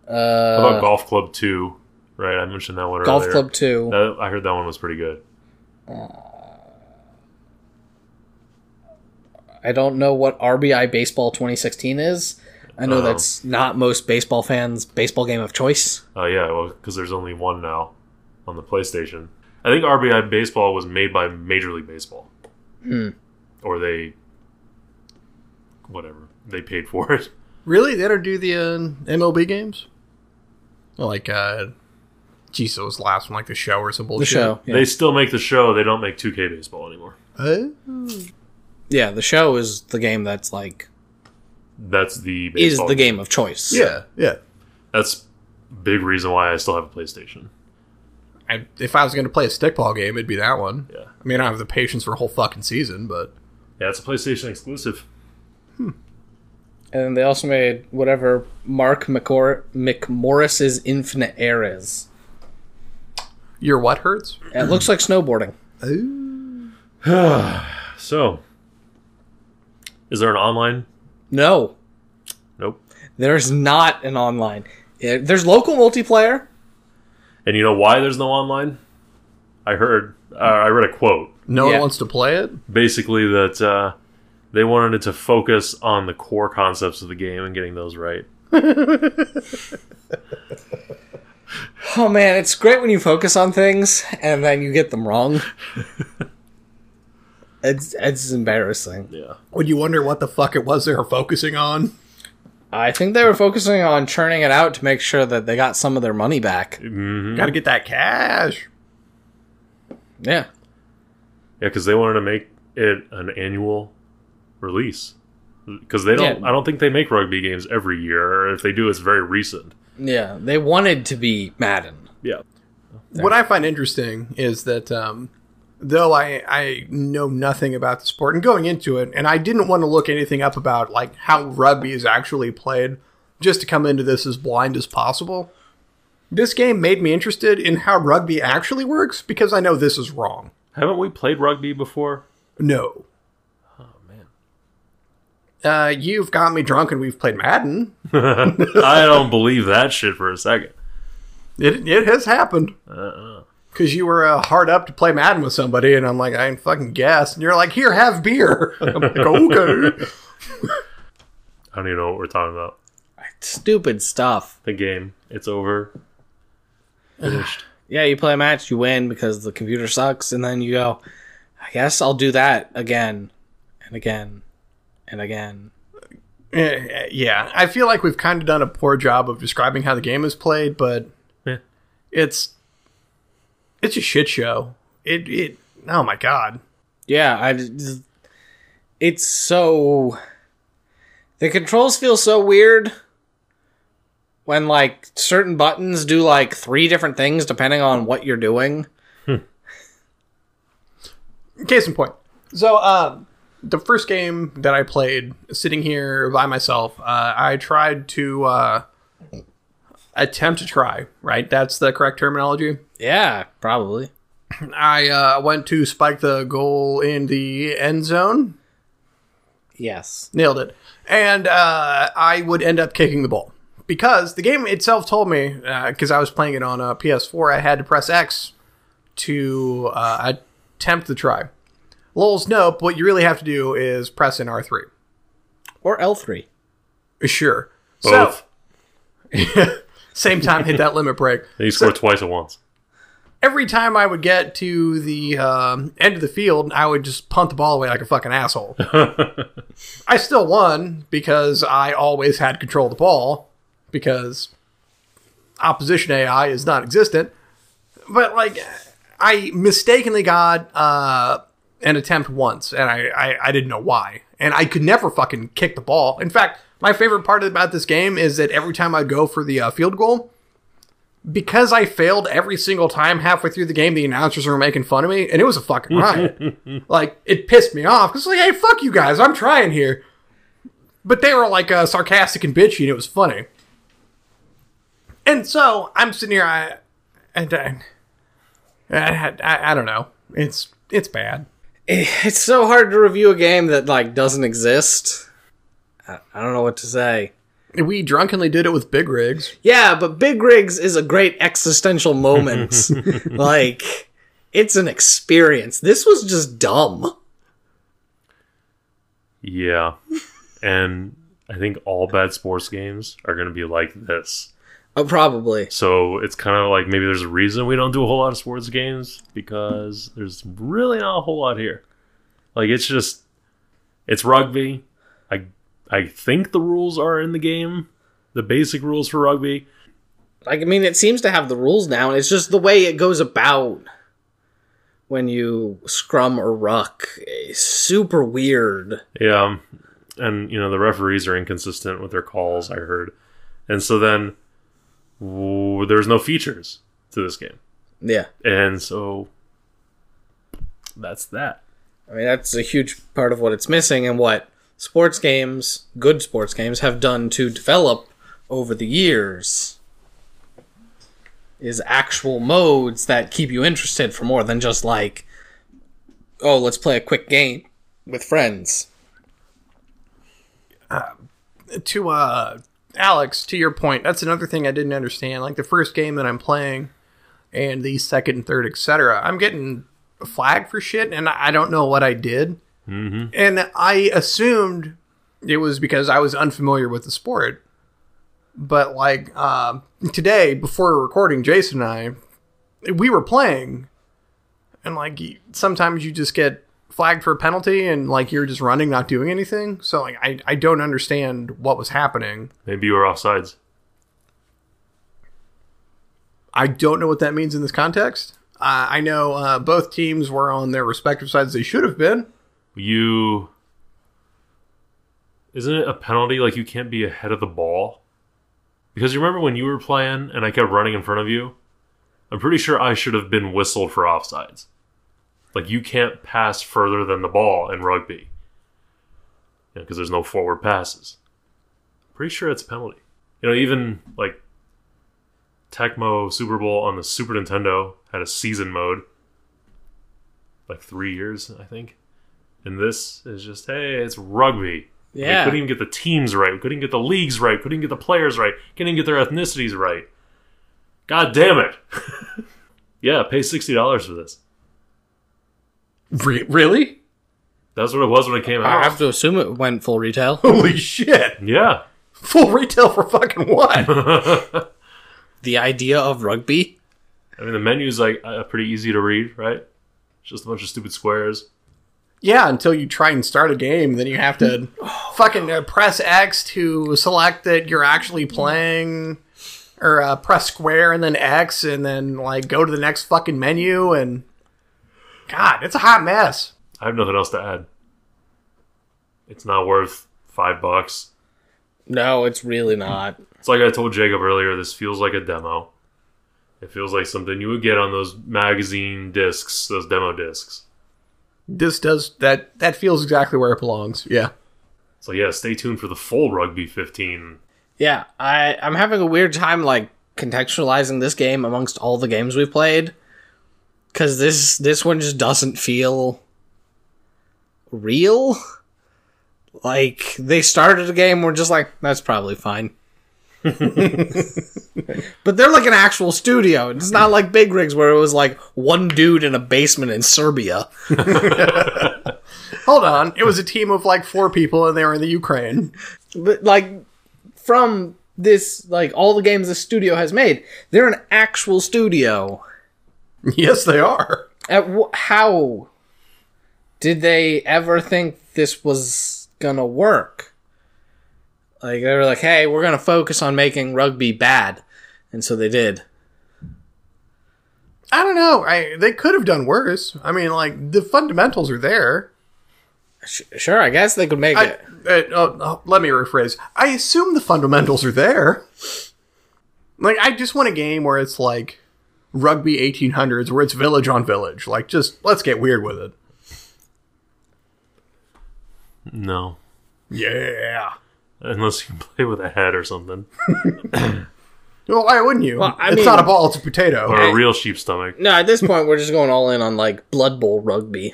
[SPEAKER 1] Uh,
[SPEAKER 2] How about Golf Club Two? Right, I mentioned that one
[SPEAKER 1] Golf
[SPEAKER 2] earlier.
[SPEAKER 1] Club 2.
[SPEAKER 2] That, I heard that one was pretty good.
[SPEAKER 1] I don't know what RBI Baseball 2016 is. I know
[SPEAKER 2] Oh.
[SPEAKER 1] that's not most baseball fans' baseball game of choice.
[SPEAKER 2] Oh yeah, well, because there's only one now on the PlayStation. I think RBI Baseball was made by Major League Baseball. Hmm. Or they, whatever they paid for it.
[SPEAKER 3] Really, they don't do the uh, MLB games? Like, uh, geez, it was the last one, like the show or
[SPEAKER 1] The
[SPEAKER 3] some bullshit.
[SPEAKER 1] show, yeah.
[SPEAKER 2] They still make the show. They don't make 2K Baseball anymore.
[SPEAKER 3] Huh?
[SPEAKER 1] yeah, the show is the game that's like
[SPEAKER 2] That's the
[SPEAKER 1] is
[SPEAKER 2] baseball
[SPEAKER 1] the game of choice.
[SPEAKER 3] yeah, yeah.
[SPEAKER 2] That's big reason why I still have a PlayStation.
[SPEAKER 3] I, if I was going to play a stickball game, it'd be that one.
[SPEAKER 2] Yeah.
[SPEAKER 3] I mean, I don't have the patience for a whole fucking season, but
[SPEAKER 2] Yeah, it's a PlayStation exclusive.
[SPEAKER 1] and they also made whatever Mark McCor- McMorris's Infinite Air is.
[SPEAKER 3] your what hurts?
[SPEAKER 1] It looks like snowboarding.
[SPEAKER 2] So, is there an online?
[SPEAKER 1] No,
[SPEAKER 2] Nope.
[SPEAKER 1] there's not an online. Yeah, There's local multiplayer.
[SPEAKER 2] And you know why there's no online? I heard, uh, I read a quote
[SPEAKER 3] No
[SPEAKER 1] Yeah.
[SPEAKER 3] one wants to play it.
[SPEAKER 2] basically that uh, they wanted it to focus on the core concepts of the game and getting those right.
[SPEAKER 1] Oh man, it's great when you focus on things and then you get them wrong. it's it's embarrassing.
[SPEAKER 2] Yeah.
[SPEAKER 3] Would you wonder what the fuck it was they were focusing on?
[SPEAKER 1] I think they were focusing on churning it out to make sure that they got some of their money back.
[SPEAKER 2] hmm
[SPEAKER 3] Got to get that cash.
[SPEAKER 1] Yeah.
[SPEAKER 2] Yeah, because they wanted to make it an annual release. Because they don't,
[SPEAKER 1] Yeah.
[SPEAKER 2] I don't think they make rugby games every year, or if they do, it's very recent.
[SPEAKER 1] Yeah. They wanted to be Madden.
[SPEAKER 2] Yeah.
[SPEAKER 3] What I find interesting is that um, though I, I know nothing about the sport and going into it, and I didn't want to look anything up about like how rugby is actually played, just to come into this as blind as possible. This game made me interested in how rugby actually works because I know this is wrong.
[SPEAKER 2] Haven't we played rugby before?
[SPEAKER 3] No. Oh man. Uh, you've got me drunk, and we've played Madden.
[SPEAKER 2] I don't believe that shit for a second.
[SPEAKER 3] It it has happened. Because you were uh, hard up to play Madden with somebody, and I'm like, I didn't fucking guess. And you're like, here, have beer. I'm like, okay.
[SPEAKER 2] I don't even know what we're talking about.
[SPEAKER 1] Stupid stuff.
[SPEAKER 2] The game, it's over. Finished.
[SPEAKER 1] Yeah, you play a match, you win because the computer sucks, and then you go, I guess I'll do that again and again and again.
[SPEAKER 3] Eh, Yeah, I feel like we've kind of done a poor job of describing how the game is played, but
[SPEAKER 2] Yeah.
[SPEAKER 3] it's it's a shit show. It it oh my god.
[SPEAKER 1] Yeah, I. just- It's so. The controls feel so weird when like certain buttons do like three different things depending on what you're doing.
[SPEAKER 3] Case in point. So um, the first game that I played, sitting here by myself, uh, I tried to uh, attempt to try. Right, that's the correct terminology.
[SPEAKER 1] Yeah, probably.
[SPEAKER 3] I uh, went to spike the goal in the end zone,
[SPEAKER 1] Yes.
[SPEAKER 3] Nailed it. And uh, I would end up kicking the ball because the game itself told me because I was playing it on uh, a PS4, I had to press X to uh, attempt the try. Lol's nope. What you really have to do is press in R three.
[SPEAKER 1] Or L three.
[SPEAKER 3] Sure.
[SPEAKER 2] Both.
[SPEAKER 3] So same time hit that limit break.
[SPEAKER 2] They scored twice at once.
[SPEAKER 3] Every time I would get to the um, end of the field, I would just punt the ball away like a fucking asshole. I still won because I always had control of the ball because opposition AI is non existent. But, like, I mistakenly got uh, an attempt once and I, I, I didn't know why. And I could never fucking kick the ball. In fact, my favorite part about this game is that every time I go for the uh, field goal, because I failed every single time halfway through the game, the announcers were making fun of me, and it was a fucking riot like it pissed me off because like hey fuck you guys i'm trying here but they were like uh, sarcastic and bitchy and it was funny and so i'm sitting here i and i i, I, I don't know it's it's bad
[SPEAKER 1] It's so hard to review a game that like doesn't exist. I, I don't know what to say.
[SPEAKER 3] we drunkenly did it with big rigs
[SPEAKER 1] Yeah, but Big Rigs is a great existential moment. like, it's an experience. This was just dumb.
[SPEAKER 2] Yeah. and I think all bad sports games are going to be like this.
[SPEAKER 1] Oh, probably.
[SPEAKER 2] So it's kind of like maybe there's a reason we don't do a whole lot of sports games because there's really not a whole lot here. Like it's just it's rugby. I I think the rules are in the game, the basic rules for rugby.
[SPEAKER 1] Like, I mean, it seems to have the rules now, and it's just the way it goes about when you scrum or ruck. It's super weird.
[SPEAKER 2] Yeah, um, and you know the referees are inconsistent with their calls. I heard, and so then w- there's no features to this game,
[SPEAKER 1] Yeah.
[SPEAKER 2] and so that's that.
[SPEAKER 1] I mean, that's a huge part of what it's missing and what sports games, good sports games, have done to develop over the years is actual modes that keep you interested for more than just like, oh, let's play a quick game with friends.
[SPEAKER 3] to uh alex to your point that's another thing i didn't understand like the first game that i'm playing and the second and third etc i'm getting flagged for shit and i I don't know what i did mm-hmm. and i assumed it was because i was unfamiliar with the sport but like um today before recording jason and i we were playing and like y- sometimes you just get flagged for a penalty and like you're just running not doing anything so like i, I don't understand what was happening
[SPEAKER 2] Maybe you were offsides.
[SPEAKER 3] i don't know what that means in this context uh, i know uh, both teams were on their respective sides they should have been
[SPEAKER 2] You isn't it a penalty? Like you can't be ahead of the ball because you remember when you were playing and I kept running in front of you. I'm pretty sure I should have been whistled for offsides. Like you can't pass further than the ball in rugby because there's no forward passes. Pretty sure it's a penalty. You know, even like Tecmo Super Bowl on the Super Nintendo had a season mode, like three years, I think. And this is just, hey, it's rugby. We
[SPEAKER 1] Yeah.
[SPEAKER 2] couldn't even get the teams right. We couldn't even get the leagues right. We couldn't even get the players right. Couldn't even get their ethnicities right. God damn it. yeah, pay $60 for this.
[SPEAKER 3] Re- really
[SPEAKER 2] That's what it was when it came
[SPEAKER 1] I
[SPEAKER 2] out.
[SPEAKER 1] have to assume it went full retail.
[SPEAKER 3] holy shit
[SPEAKER 2] Yeah.
[SPEAKER 3] full retail for fucking what
[SPEAKER 1] The idea of rugby.
[SPEAKER 2] I mean, the menu's like uh, pretty easy to read, right? It's just a bunch of stupid squares.
[SPEAKER 3] Yeah, until you try and start a game, then you have to fucking uh, press X to select that you're actually playing, or uh, press square and then X, and then like go to the next fucking menu. And God, it's a hot mess.
[SPEAKER 2] I have nothing else to add. It's not worth five bucks.
[SPEAKER 1] No, it's really not.
[SPEAKER 2] It's like I told Jacob earlier, this feels like a demo. It feels like something you would get on those magazine discs, those demo discs.
[SPEAKER 3] This does that. That feels exactly where it belongs. Yeah.
[SPEAKER 2] So yeah, stay tuned for the full Rugby 15.
[SPEAKER 1] Yeah, I I'm having a weird time like contextualizing this game amongst all the games we've played cuz this this one just doesn't feel real. Like they started a game we're just like that's probably fine. but they're like an actual studio. It's not like Big Rigs where it was like one dude in a basement in Serbia.
[SPEAKER 3] Hold on. It was a team of like four people, and they were in the Ukraine.
[SPEAKER 1] but like from this like all the games the studio has made they're an actual studio
[SPEAKER 3] Yes, they are.
[SPEAKER 1] at w- how did they ever think this was gonna work like they were like hey we're gonna focus on making rugby bad and so they did
[SPEAKER 3] I don't know. I they could have done worse. I mean, like the fundamentals are there.
[SPEAKER 1] Sh- sure i guess they could make
[SPEAKER 3] I,
[SPEAKER 1] it
[SPEAKER 3] uh, oh, oh, let me rephrase. I assume the fundamentals are there. Like, I just want a game where it's like rugby 1800s, where it's village on village. Like, just let's get weird with it.
[SPEAKER 2] No.
[SPEAKER 3] Yeah.
[SPEAKER 2] Unless you play with a head or something.
[SPEAKER 3] Well, why wouldn't you?
[SPEAKER 1] Well, I
[SPEAKER 3] it's
[SPEAKER 1] mean-
[SPEAKER 3] not a ball; it's a potato.
[SPEAKER 2] Or a real sheep stomach.
[SPEAKER 1] no at this point we're just going all in on like blood bowl rugby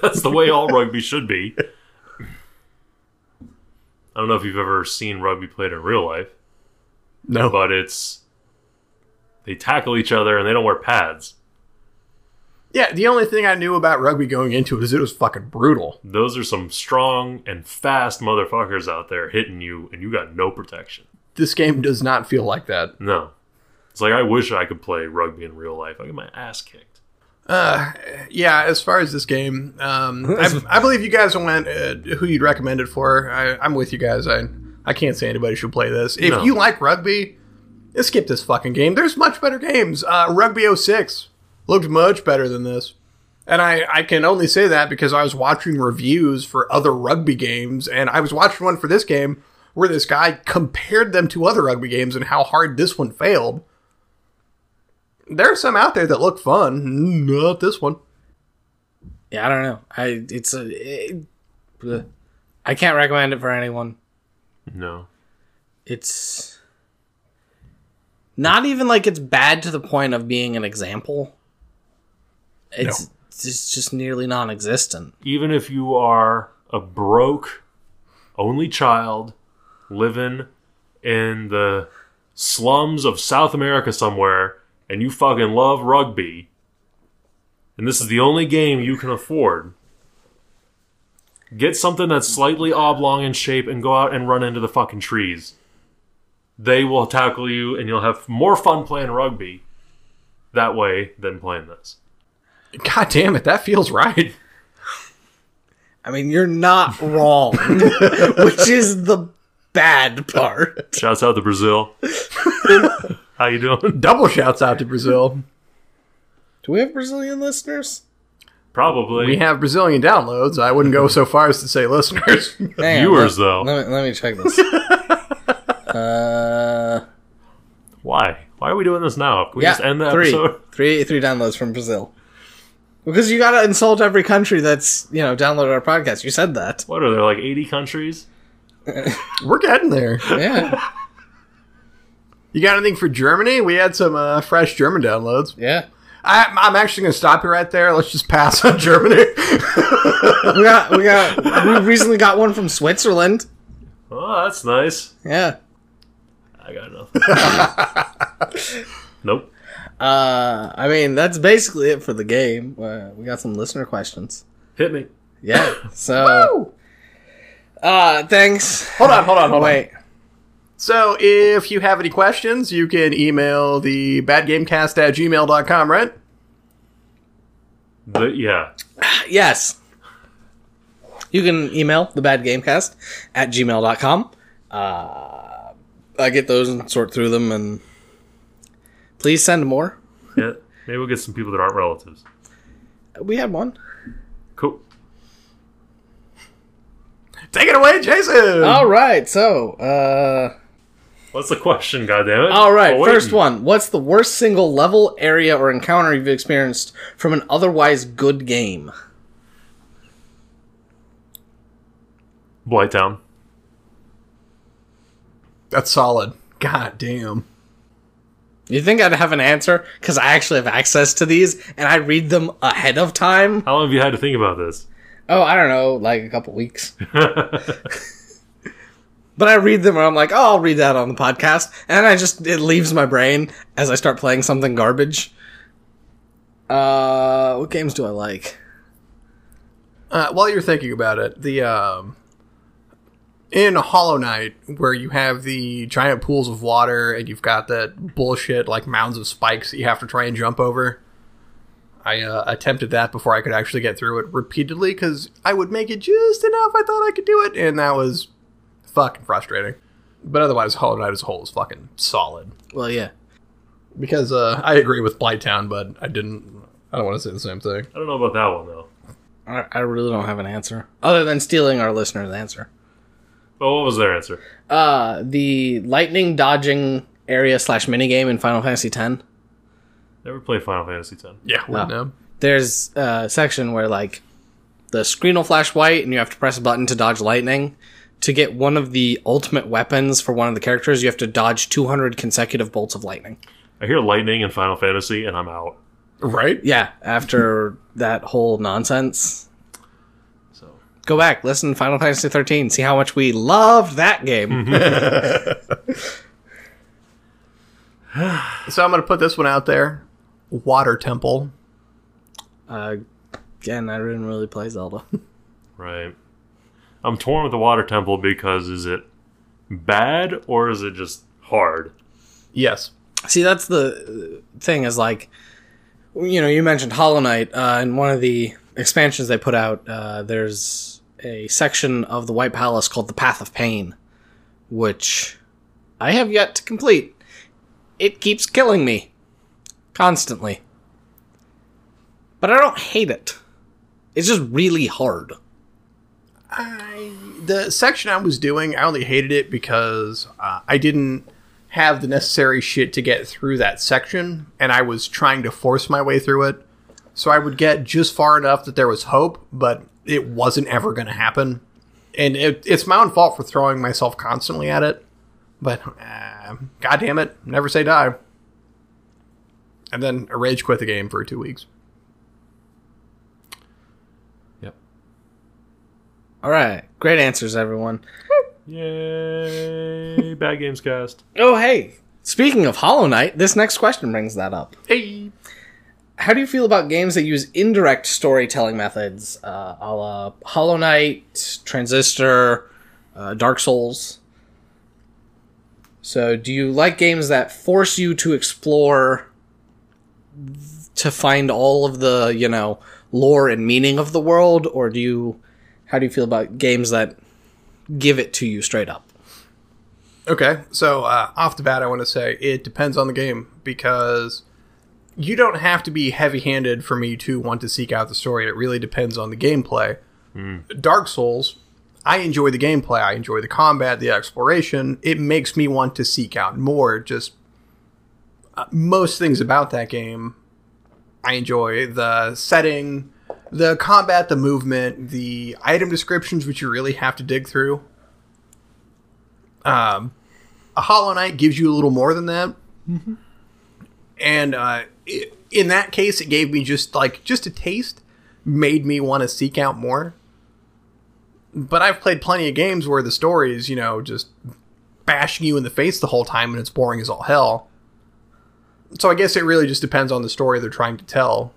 [SPEAKER 2] That's the way all rugby should be. I don't know if you've ever seen rugby played in real life,
[SPEAKER 3] No,
[SPEAKER 2] but it's they tackle each other and they don't wear pads.
[SPEAKER 3] yeah. The only thing I knew about rugby going into it is it was fucking brutal.
[SPEAKER 2] Those are some strong and fast motherfuckers out there hitting you and you got no protection.
[SPEAKER 3] This game does not feel like that.
[SPEAKER 2] No. It's like I wish I could play rugby in real life. I get my ass kicked.
[SPEAKER 3] Yeah, as far as this game, um, I, I believe you guys went uh, who you'd recommend it for. I, I'm with you guys. I I can't say anybody should play this. If
[SPEAKER 2] No.
[SPEAKER 3] you like rugby, eh, skip this fucking game. There's much better games. Uh, rugby 06 looked much better than this. And I, I can only say that because I was watching reviews for other rugby games, and I was watching one for this game where this guy compared them to other rugby games and how hard this one failed. There are some out there that look fun, Mm, not this one.
[SPEAKER 1] yeah i don't know i it's a it, bleh. i can't recommend it for anyone
[SPEAKER 2] No.
[SPEAKER 1] it's not even like it's bad to the point of being an example. It's it's just nearly non-existent.
[SPEAKER 2] even if you are a broke only child living in the slums of South America somewhere and you fucking love rugby and this is the only game you can afford get something that's slightly oblong in shape and go out and run into the fucking trees they will tackle you and you'll have more fun playing rugby that way than playing this
[SPEAKER 3] God damn it, that feels right.
[SPEAKER 1] I mean, you're not wrong, which is the bad part.
[SPEAKER 2] shouts out to Brazil how you doing
[SPEAKER 3] Double shouts out to Brazil.
[SPEAKER 1] Do we have Brazilian listeners?
[SPEAKER 2] Probably.
[SPEAKER 3] We have Brazilian downloads. I wouldn't go so far as to say listeners.
[SPEAKER 1] Hang on,
[SPEAKER 2] Viewers,
[SPEAKER 1] let-
[SPEAKER 2] though.
[SPEAKER 1] Let me, let me check this. uh,
[SPEAKER 2] Why? Why are we doing this now? Can we
[SPEAKER 1] yeah,
[SPEAKER 2] just end the
[SPEAKER 1] three,
[SPEAKER 2] episode?
[SPEAKER 1] three- three downloads from Brazil. Because you gotta insult every country that's you know downloaded our podcast. You said that.
[SPEAKER 2] What are there, like 80 countries?
[SPEAKER 3] We're getting there.
[SPEAKER 1] Yeah,
[SPEAKER 3] You got anything for Germany? We had some uh, fresh German downloads.
[SPEAKER 1] yeah.
[SPEAKER 3] I, I'm actually going to stop you right there. Let's just pass on Germany.
[SPEAKER 1] we got we got we recently got one from Switzerland.
[SPEAKER 2] Oh, that's nice.
[SPEAKER 1] Yeah.
[SPEAKER 2] I got nothing. nope.
[SPEAKER 1] Uh, I mean that's basically it for the game. Uh, we got some listener questions.
[SPEAKER 2] Hit me.
[SPEAKER 1] Yeah. So.
[SPEAKER 3] Woo!
[SPEAKER 1] Uh, thanks.
[SPEAKER 3] hold on, hold on, hold on.
[SPEAKER 1] Wait.
[SPEAKER 3] So if you have any questions, you can email the badgamecast at gmail.com, right?
[SPEAKER 2] But yeah,
[SPEAKER 1] Yes. you can email the bad gamecast at gmail.com. Uh, I get those and sort through them, and please send more.
[SPEAKER 2] Yeah, maybe we'll get some people that aren't relatives.
[SPEAKER 1] We had
[SPEAKER 3] Mm-hmm.
[SPEAKER 1] one.
[SPEAKER 2] Cool.
[SPEAKER 3] Take it away, Jason.
[SPEAKER 1] All right, so uh,
[SPEAKER 2] What's the question? Goddammit!
[SPEAKER 1] all right.
[SPEAKER 2] Oh, wait.
[SPEAKER 1] First one: What's the worst single level, area, or encounter you've experienced from an otherwise good game?
[SPEAKER 2] Blight Town.
[SPEAKER 3] That's solid. God damn.
[SPEAKER 1] You think I'd have an answer because I actually have access to these and I read them ahead of time?
[SPEAKER 2] How long have you had to think about this?
[SPEAKER 1] Oh, I don't know, like a couple weeks. but I read them and I'm like, oh, I'll read that on the podcast. And I just, it leaves my brain as I start playing something garbage. Uh, what games do I like?
[SPEAKER 3] Uh, while you're thinking about it, the um, in Hollow Knight, where you have the giant pools of water and you've got that bullshit like mounds of spikes that you have to try and jump over. I uh, attempted that before I could actually get through it repeatedly because I would make it just enough. I thought I could do it, and that was fucking frustrating. But otherwise, Hollow Knight as a whole is fucking solid.
[SPEAKER 1] Well, yeah.
[SPEAKER 3] Because uh, I agree with Blighttown, but I didn't. I don't want to say the same thing.
[SPEAKER 2] I don't know about that one though.
[SPEAKER 1] I, I really don't have an answer other than stealing our listener's answer.
[SPEAKER 2] But what was their answer?
[SPEAKER 1] Uh, the lightning dodging area slash minigame in Final Fantasy X.
[SPEAKER 2] Never played Final Fantasy X.
[SPEAKER 3] Yeah, we
[SPEAKER 1] No.
[SPEAKER 3] know.
[SPEAKER 1] there's a section where like the screen will flash white and you have to press a button to dodge lightning to get one of the ultimate weapons for one of the characters you have to dodge 200 consecutive bolts of lightning
[SPEAKER 2] I hear lightning in Final Fantasy, and I'm out.
[SPEAKER 3] Right?
[SPEAKER 1] yeah after that whole nonsense
[SPEAKER 2] So
[SPEAKER 1] go back listen to final fantasy 13 see how much we loved that game
[SPEAKER 3] So I'm going to put this one out there. Water Temple.
[SPEAKER 1] uh, again i didn't really play zelda
[SPEAKER 2] right, I'm torn with the Water Temple because is it bad or is it just hard?
[SPEAKER 3] Yes.
[SPEAKER 1] See, that's the uh, thing is like, you know, you mentioned Hollow Knight uh, in one of the expansions they put out. Uh, there's a section of the White Palace called the Path of Pain, which I have yet to complete. It keeps killing me constantly, but I don't hate it. It's just really hard.
[SPEAKER 3] I, the section I was doing, I only hated it because uh, I didn't have the necessary shit to get through that section, and I was trying to force my way through it. So I would get just far enough that there was hope, but it wasn't ever going to happen. And it, it's my own fault for throwing myself constantly at it. But uh, God damn it, never say die. And then I rage quit the game for two weeks.
[SPEAKER 2] Yep.
[SPEAKER 1] All right, great answers, everyone.
[SPEAKER 2] Yay! bad games cast.
[SPEAKER 1] Oh, hey, speaking of Hollow Knight, this next question brings that up.
[SPEAKER 3] Hey.
[SPEAKER 1] how do you feel about games that use indirect storytelling methods, uh, a la Hollow Knight, Transistor, uh, Dark Souls? So, do you like games that force you to explore to find all of the, you know, lore and meaning of the world, or do you, how do you feel about games that give it to you straight up?
[SPEAKER 3] Okay, so uh, off the bat, I want to say it depends on the game because you don't have to be heavy handed for me to want to seek out the story. It really depends on the gameplay. Dark Souls, I enjoy the gameplay, I enjoy the combat, the exploration. It makes me want to seek out more. Just uh, most things about that game, I enjoy the setting, the combat, the movement, the item descriptions, which you really have to dig through. Um, a Hollow Knight gives you a little more than that. And uh, i in that case, it gave me just like just a taste, made me want to seek out more. But I've played plenty of games where the story is, you know, just bashing you in the face the whole time, and it's boring as all hell. So I guess it really just depends on the story they're trying to tell.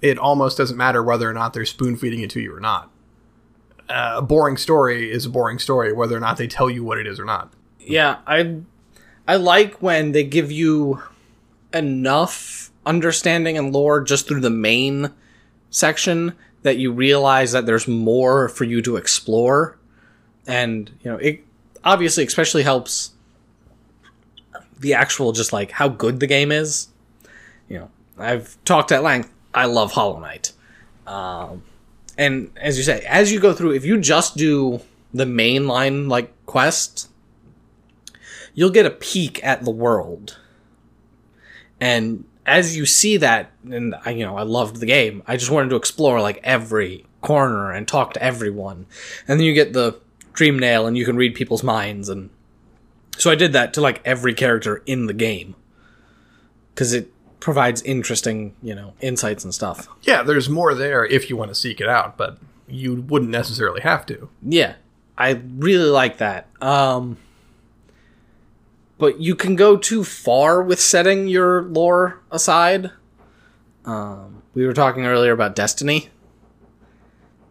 [SPEAKER 3] It almost doesn't matter whether or not they're spoon feeding it to you or not. Uh, a boring story is a boring story, whether or not they tell you what it is or not.
[SPEAKER 1] yeah i i like when they give you enough understanding and lore just through the main section that you realize that there's more for you to explore, and you know it obviously especially helps the actual just like how good the game is. You know, I've talked at length. I love Hollow Knight, um, and as you say, as you go through, if you just do the main line like quest, you'll get a peek at the world. And as you see that, and I, you know, I loved the game. I just wanted to explore like every corner and talk to everyone. And then you get the dream nail, and you can read people's minds. And so I did that to like every character in the game because it provides interesting, you know, insights and stuff.
[SPEAKER 3] Yeah, there's more there if you want to seek it out, but you wouldn't necessarily have to.
[SPEAKER 1] Yeah, I really like that. Um, but you can go too far with setting your lore aside. Um, we were talking earlier about Destiny,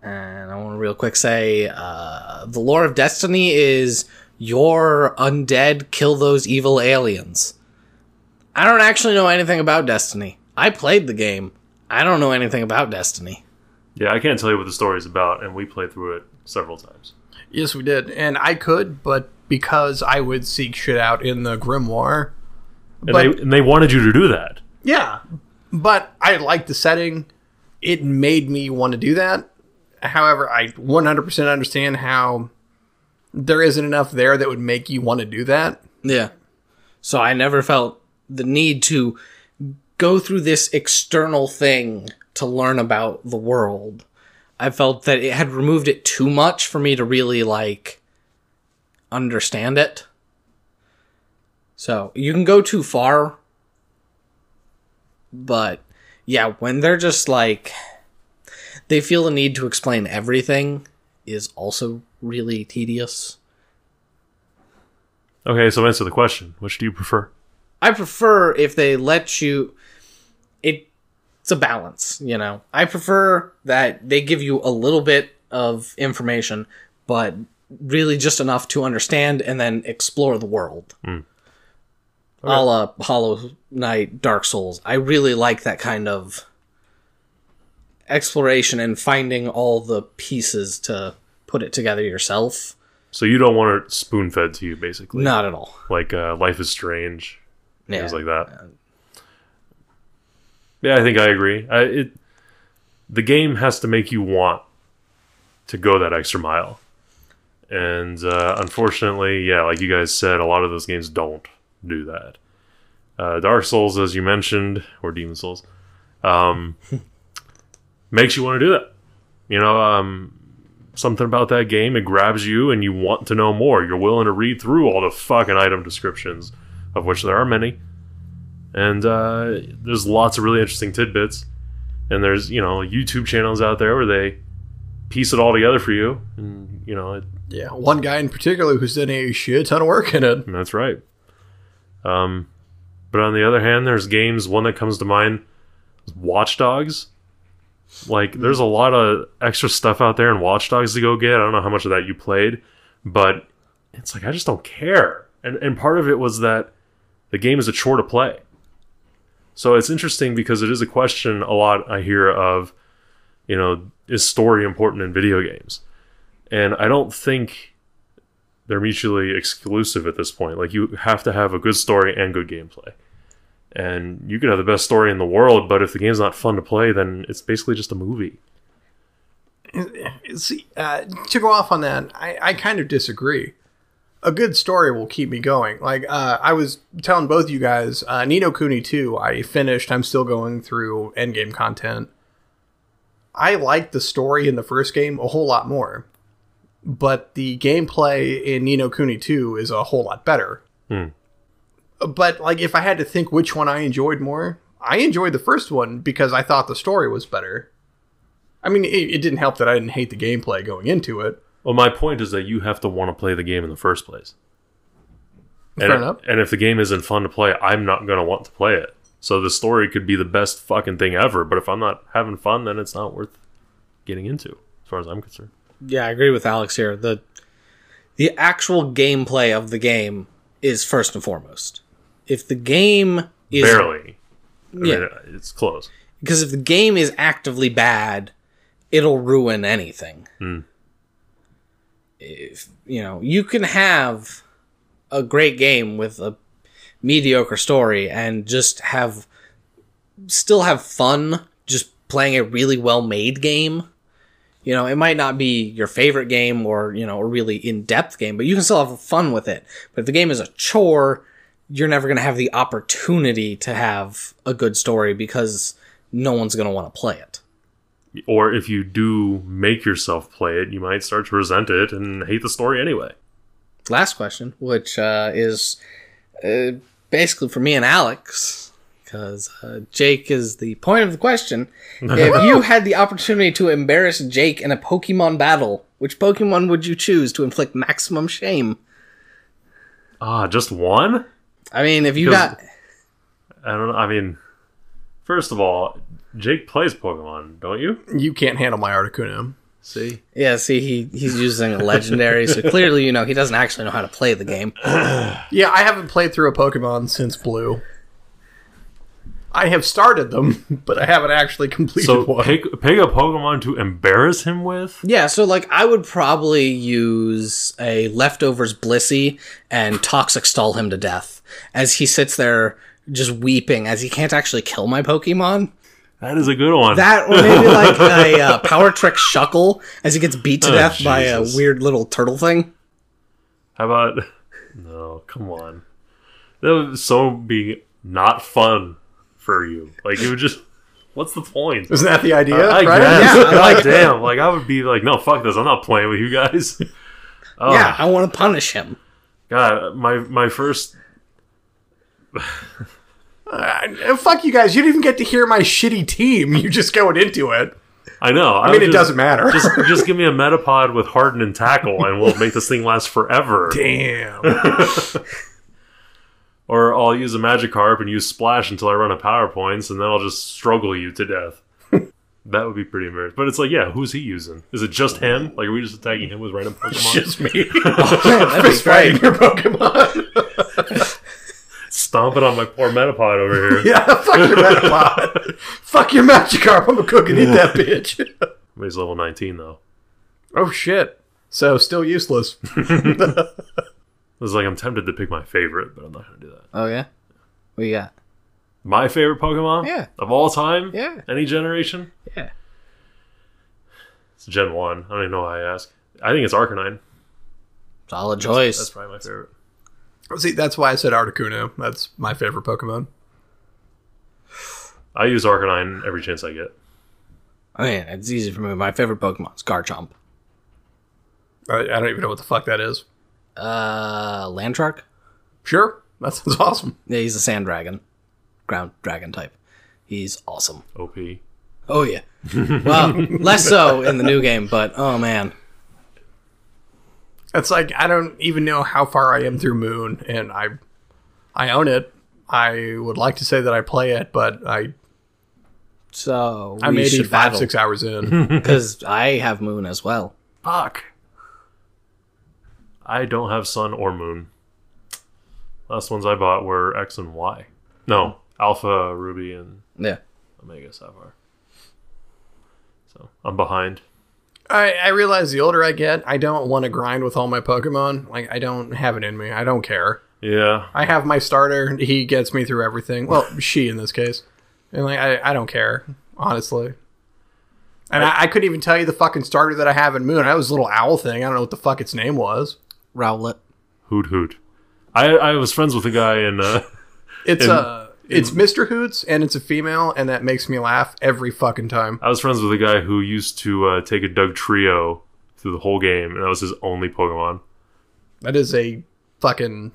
[SPEAKER 1] and I want to real quick say uh, the lore of Destiny is your undead kill those evil aliens. I don't actually know anything about Destiny. I played the game. I don't know anything about Destiny.
[SPEAKER 2] Yeah, I can't tell you what the story is about, and we played through it several times.
[SPEAKER 3] Yes, we did. And I could, but because I would seek shit out in the grimoire.
[SPEAKER 2] And,
[SPEAKER 3] But-
[SPEAKER 2] they, and they wanted you to do that.
[SPEAKER 3] Yeah. But I liked the setting. It made me want to do that. However, I 100% understand how there isn't enough there that would make you want to do that.
[SPEAKER 1] Yeah. So I never felt the need to go through this external thing to learn about the world. I felt that it had removed it too much for me to really like understand it. So you can go too far. But yeah, when they're just like they feel the need to explain everything is also really tedious.
[SPEAKER 2] Okay, so answer the question. Which do you prefer?
[SPEAKER 1] I prefer if they let you. It, it's a balance, you know. I prefer that they give you a little bit of information, but really just enough to understand and then explore the world. A la Hollow Knight, Dark Souls. I really like that kind of exploration and finding all the pieces to put it together yourself.
[SPEAKER 2] So you don't want it spoon fed to you, basically.
[SPEAKER 1] Not at all.
[SPEAKER 2] Like uh, Life is Strange,
[SPEAKER 1] Yeah.
[SPEAKER 2] things like that. Yeah, I think I agree. I, it the game has to make you want to go that extra mile, and uh, unfortunately, yeah, like you guys said, a lot of those games don't do that. Uh, Dark Souls, as you mentioned, or Demon Souls, um, makes you want to do that. You know, um, something about that game it grabs you and you want to know more you're willing to read through all the fucking item descriptions of which there are many and uh, there's lots of really interesting tidbits and there's you know youtube channels out there where they piece it all together for you and you know it,
[SPEAKER 3] Yeah. One guy in particular who's done a shit ton of work in it.
[SPEAKER 2] that's right um, but on the other hand there's games one that comes to mind is watch dogs like there's a lot of extra stuff out there in watch dogs to go get i don't know how much of that you played but it's like I just don't care. And and part of it was that the game is a chore to play. So it's interesting because it is a question a lot I hear of, you know, is story important in video games? And I don't think they're mutually exclusive at this point. Like you have to have a good story and good gameplay. And you can have the best story in the world, but if the game's not fun to play, then it's basically just a movie.
[SPEAKER 3] See, uh, to go off on that, I, I kind of disagree. A good story will keep me going. Like uh, I was telling both you guys, uh, Nino Cooney 2, I finished. I'm still going through endgame content. I liked the story in the first game a whole lot more, but the gameplay in Nino Cooney 2 is a whole lot better.
[SPEAKER 2] Hmm.
[SPEAKER 3] But like, if I had to think which one I enjoyed more, I enjoyed the first one because I thought the story was better. I mean, it, it didn't help that I didn't hate the gameplay going into it.
[SPEAKER 2] Well, my point is that you have to want to play the game in the first place.
[SPEAKER 3] Fair
[SPEAKER 2] and,
[SPEAKER 3] enough.
[SPEAKER 2] and if the game isn't fun to play, I'm not going to want to play it. So the story could be the best fucking thing ever, but if I'm not having fun, then it's not worth getting into, as far as I'm concerned.
[SPEAKER 1] Yeah, I agree with Alex here. The the actual gameplay of the game is first and foremost. If the game is
[SPEAKER 2] Barely. I
[SPEAKER 1] yeah,
[SPEAKER 2] mean, it's close.
[SPEAKER 1] because if the game is actively bad, it'll ruin anything.
[SPEAKER 2] Mm.
[SPEAKER 1] If you know, you can have a great game with a mediocre story and just have still have fun just playing a really well made game. You know, it might not be your favorite game or, you know, a really in depth game, but you can still have fun with it. But if the game is a chore, you're never going to have the opportunity to have a good story because no one's going to want to play it.
[SPEAKER 2] Or if you do make yourself play it, you might start to resent it and hate the story anyway.
[SPEAKER 1] last question, which uh, is uh, basically for me and Alex, because uh, Jake is the point of the question. if you had the opportunity to embarrass Jake in a Pokemon battle, which Pokemon would you choose to inflict maximum shame?
[SPEAKER 2] Ah, just one?
[SPEAKER 1] I mean, if you
[SPEAKER 2] Because-
[SPEAKER 1] got
[SPEAKER 2] I don't know. I mean, first of all, Jake plays Pokemon, don't you?
[SPEAKER 3] You can't handle my Articuno.
[SPEAKER 2] See?
[SPEAKER 1] yeah, see, he he's using a legendary, so clearly you know he doesn't actually know how to play the game.
[SPEAKER 3] Yeah, I haven't played through a Pokemon since Blue. I have started them, but I haven't actually completed
[SPEAKER 2] So
[SPEAKER 3] one.
[SPEAKER 2] pick, pick a Pokemon to embarrass him with?
[SPEAKER 1] Yeah, so like I would probably use a leftovers blissey and toxic stall him to death as he sits there just weeping as he can't actually kill my Pokemon.
[SPEAKER 2] That is a good one.
[SPEAKER 1] That or maybe like a uh, power trick shuckle as he gets beat to
[SPEAKER 2] Oh,
[SPEAKER 1] death by a
[SPEAKER 2] Jesus.
[SPEAKER 1] weird little turtle thing.
[SPEAKER 2] How about? No, come on. That would so be not fun for you. Like it would just. What's the point?
[SPEAKER 3] Isn't that the idea?
[SPEAKER 2] uh, I
[SPEAKER 3] right?
[SPEAKER 2] guess.
[SPEAKER 1] Yeah,
[SPEAKER 2] God damn. Like I would be like, no, fuck this. I'm not playing with you guys. Oh,
[SPEAKER 1] Yeah, I want to punish him.
[SPEAKER 2] God, my my first.
[SPEAKER 3] Uh, fuck you guys. You didn't even get to hear my shitty team. You're just going into it.
[SPEAKER 2] I know.
[SPEAKER 3] I mean, it doesn't matter.
[SPEAKER 2] Just just give me a Metapod with Harden and Tackle, and we'll make this thing last forever.
[SPEAKER 3] Damn.
[SPEAKER 2] Or I'll use a Magikarp and use Splash until I run out of power points, and then I'll just struggle you to death. that would be pretty embarrassing. But it's like, yeah, who's he using? Is it just him? Like, are we just attacking him with random Pokemon?
[SPEAKER 3] just me.
[SPEAKER 2] Oh,
[SPEAKER 1] That'd be
[SPEAKER 3] Fist fighting
[SPEAKER 1] great.
[SPEAKER 3] your Pokemon.
[SPEAKER 2] Stomping on my poor Metapod over here.
[SPEAKER 3] yeah, fuck your Metapod. fuck your Magikarp. I'm gonna cook and eat that bitch.
[SPEAKER 2] He's level 19, though.
[SPEAKER 3] oh, shit. So, still useless.
[SPEAKER 2] It's like, I'm tempted to pick my favorite, but I'm not going to do that.
[SPEAKER 1] Oh yeah, what you got?
[SPEAKER 2] My favorite Pokemon?
[SPEAKER 1] Yeah.
[SPEAKER 2] Of all time?
[SPEAKER 1] Yeah.
[SPEAKER 2] Any generation?
[SPEAKER 1] Yeah.
[SPEAKER 2] It's Gen 1. I don't even know why I ask. I think it's Arcanine.
[SPEAKER 1] Solid
[SPEAKER 2] That's
[SPEAKER 1] choice.
[SPEAKER 2] probably my favorite.
[SPEAKER 3] See, that's why I said Articuno. That's my favorite Pokemon.
[SPEAKER 2] I use Arcanine every chance I get.
[SPEAKER 1] I mean, Oh, it's easy for me. My favorite Pokemon is Garchomp.
[SPEAKER 3] I, I don't even know what the fuck that is.
[SPEAKER 1] Uh, Landshark.
[SPEAKER 3] Sure, that sounds awesome.
[SPEAKER 1] Yeah, he's a sand dragon, ground dragon type. He's awesome.
[SPEAKER 2] OP.
[SPEAKER 1] Oh yeah. Well, less so in the new game, but oh man,
[SPEAKER 3] It's like I don't even know how far I am through Moon, and I, I own it. I would like to say that I play it, but I
[SPEAKER 1] so
[SPEAKER 3] I'm
[SPEAKER 1] we
[SPEAKER 3] maybe
[SPEAKER 1] should
[SPEAKER 3] five
[SPEAKER 1] battle
[SPEAKER 3] six hours in.
[SPEAKER 1] because I have Moon as well.
[SPEAKER 2] Fuck. I don't have sun or moon. Last ones I bought were X and Y. No, Alpha, Ruby, and
[SPEAKER 1] Yeah,
[SPEAKER 2] Omega Sapphire. So I'm behind.
[SPEAKER 3] I, I realize the older I get, I don't want to grind with all my Pokemon. Like I don't have it in me. I don't care.
[SPEAKER 2] Yeah,
[SPEAKER 3] I have my starter. He gets me through everything. Well, she in this case, and like I, I don't care honestly. And I, I couldn't even tell you the fucking starter that I have in Moon. I was a little owl thing. I don't know what the fuck its name was.
[SPEAKER 1] Rowlet.
[SPEAKER 2] hoot hoot. I I was friends with a guy in. Uh,
[SPEAKER 3] It's
[SPEAKER 2] And-
[SPEAKER 3] uh it's Mr. Hoots and it's a female, and that makes me laugh every fucking time.
[SPEAKER 2] I was friends with a guy who used to uh, take a Doug Trio through the whole game, and that was his only Pokemon.
[SPEAKER 3] That is a fucking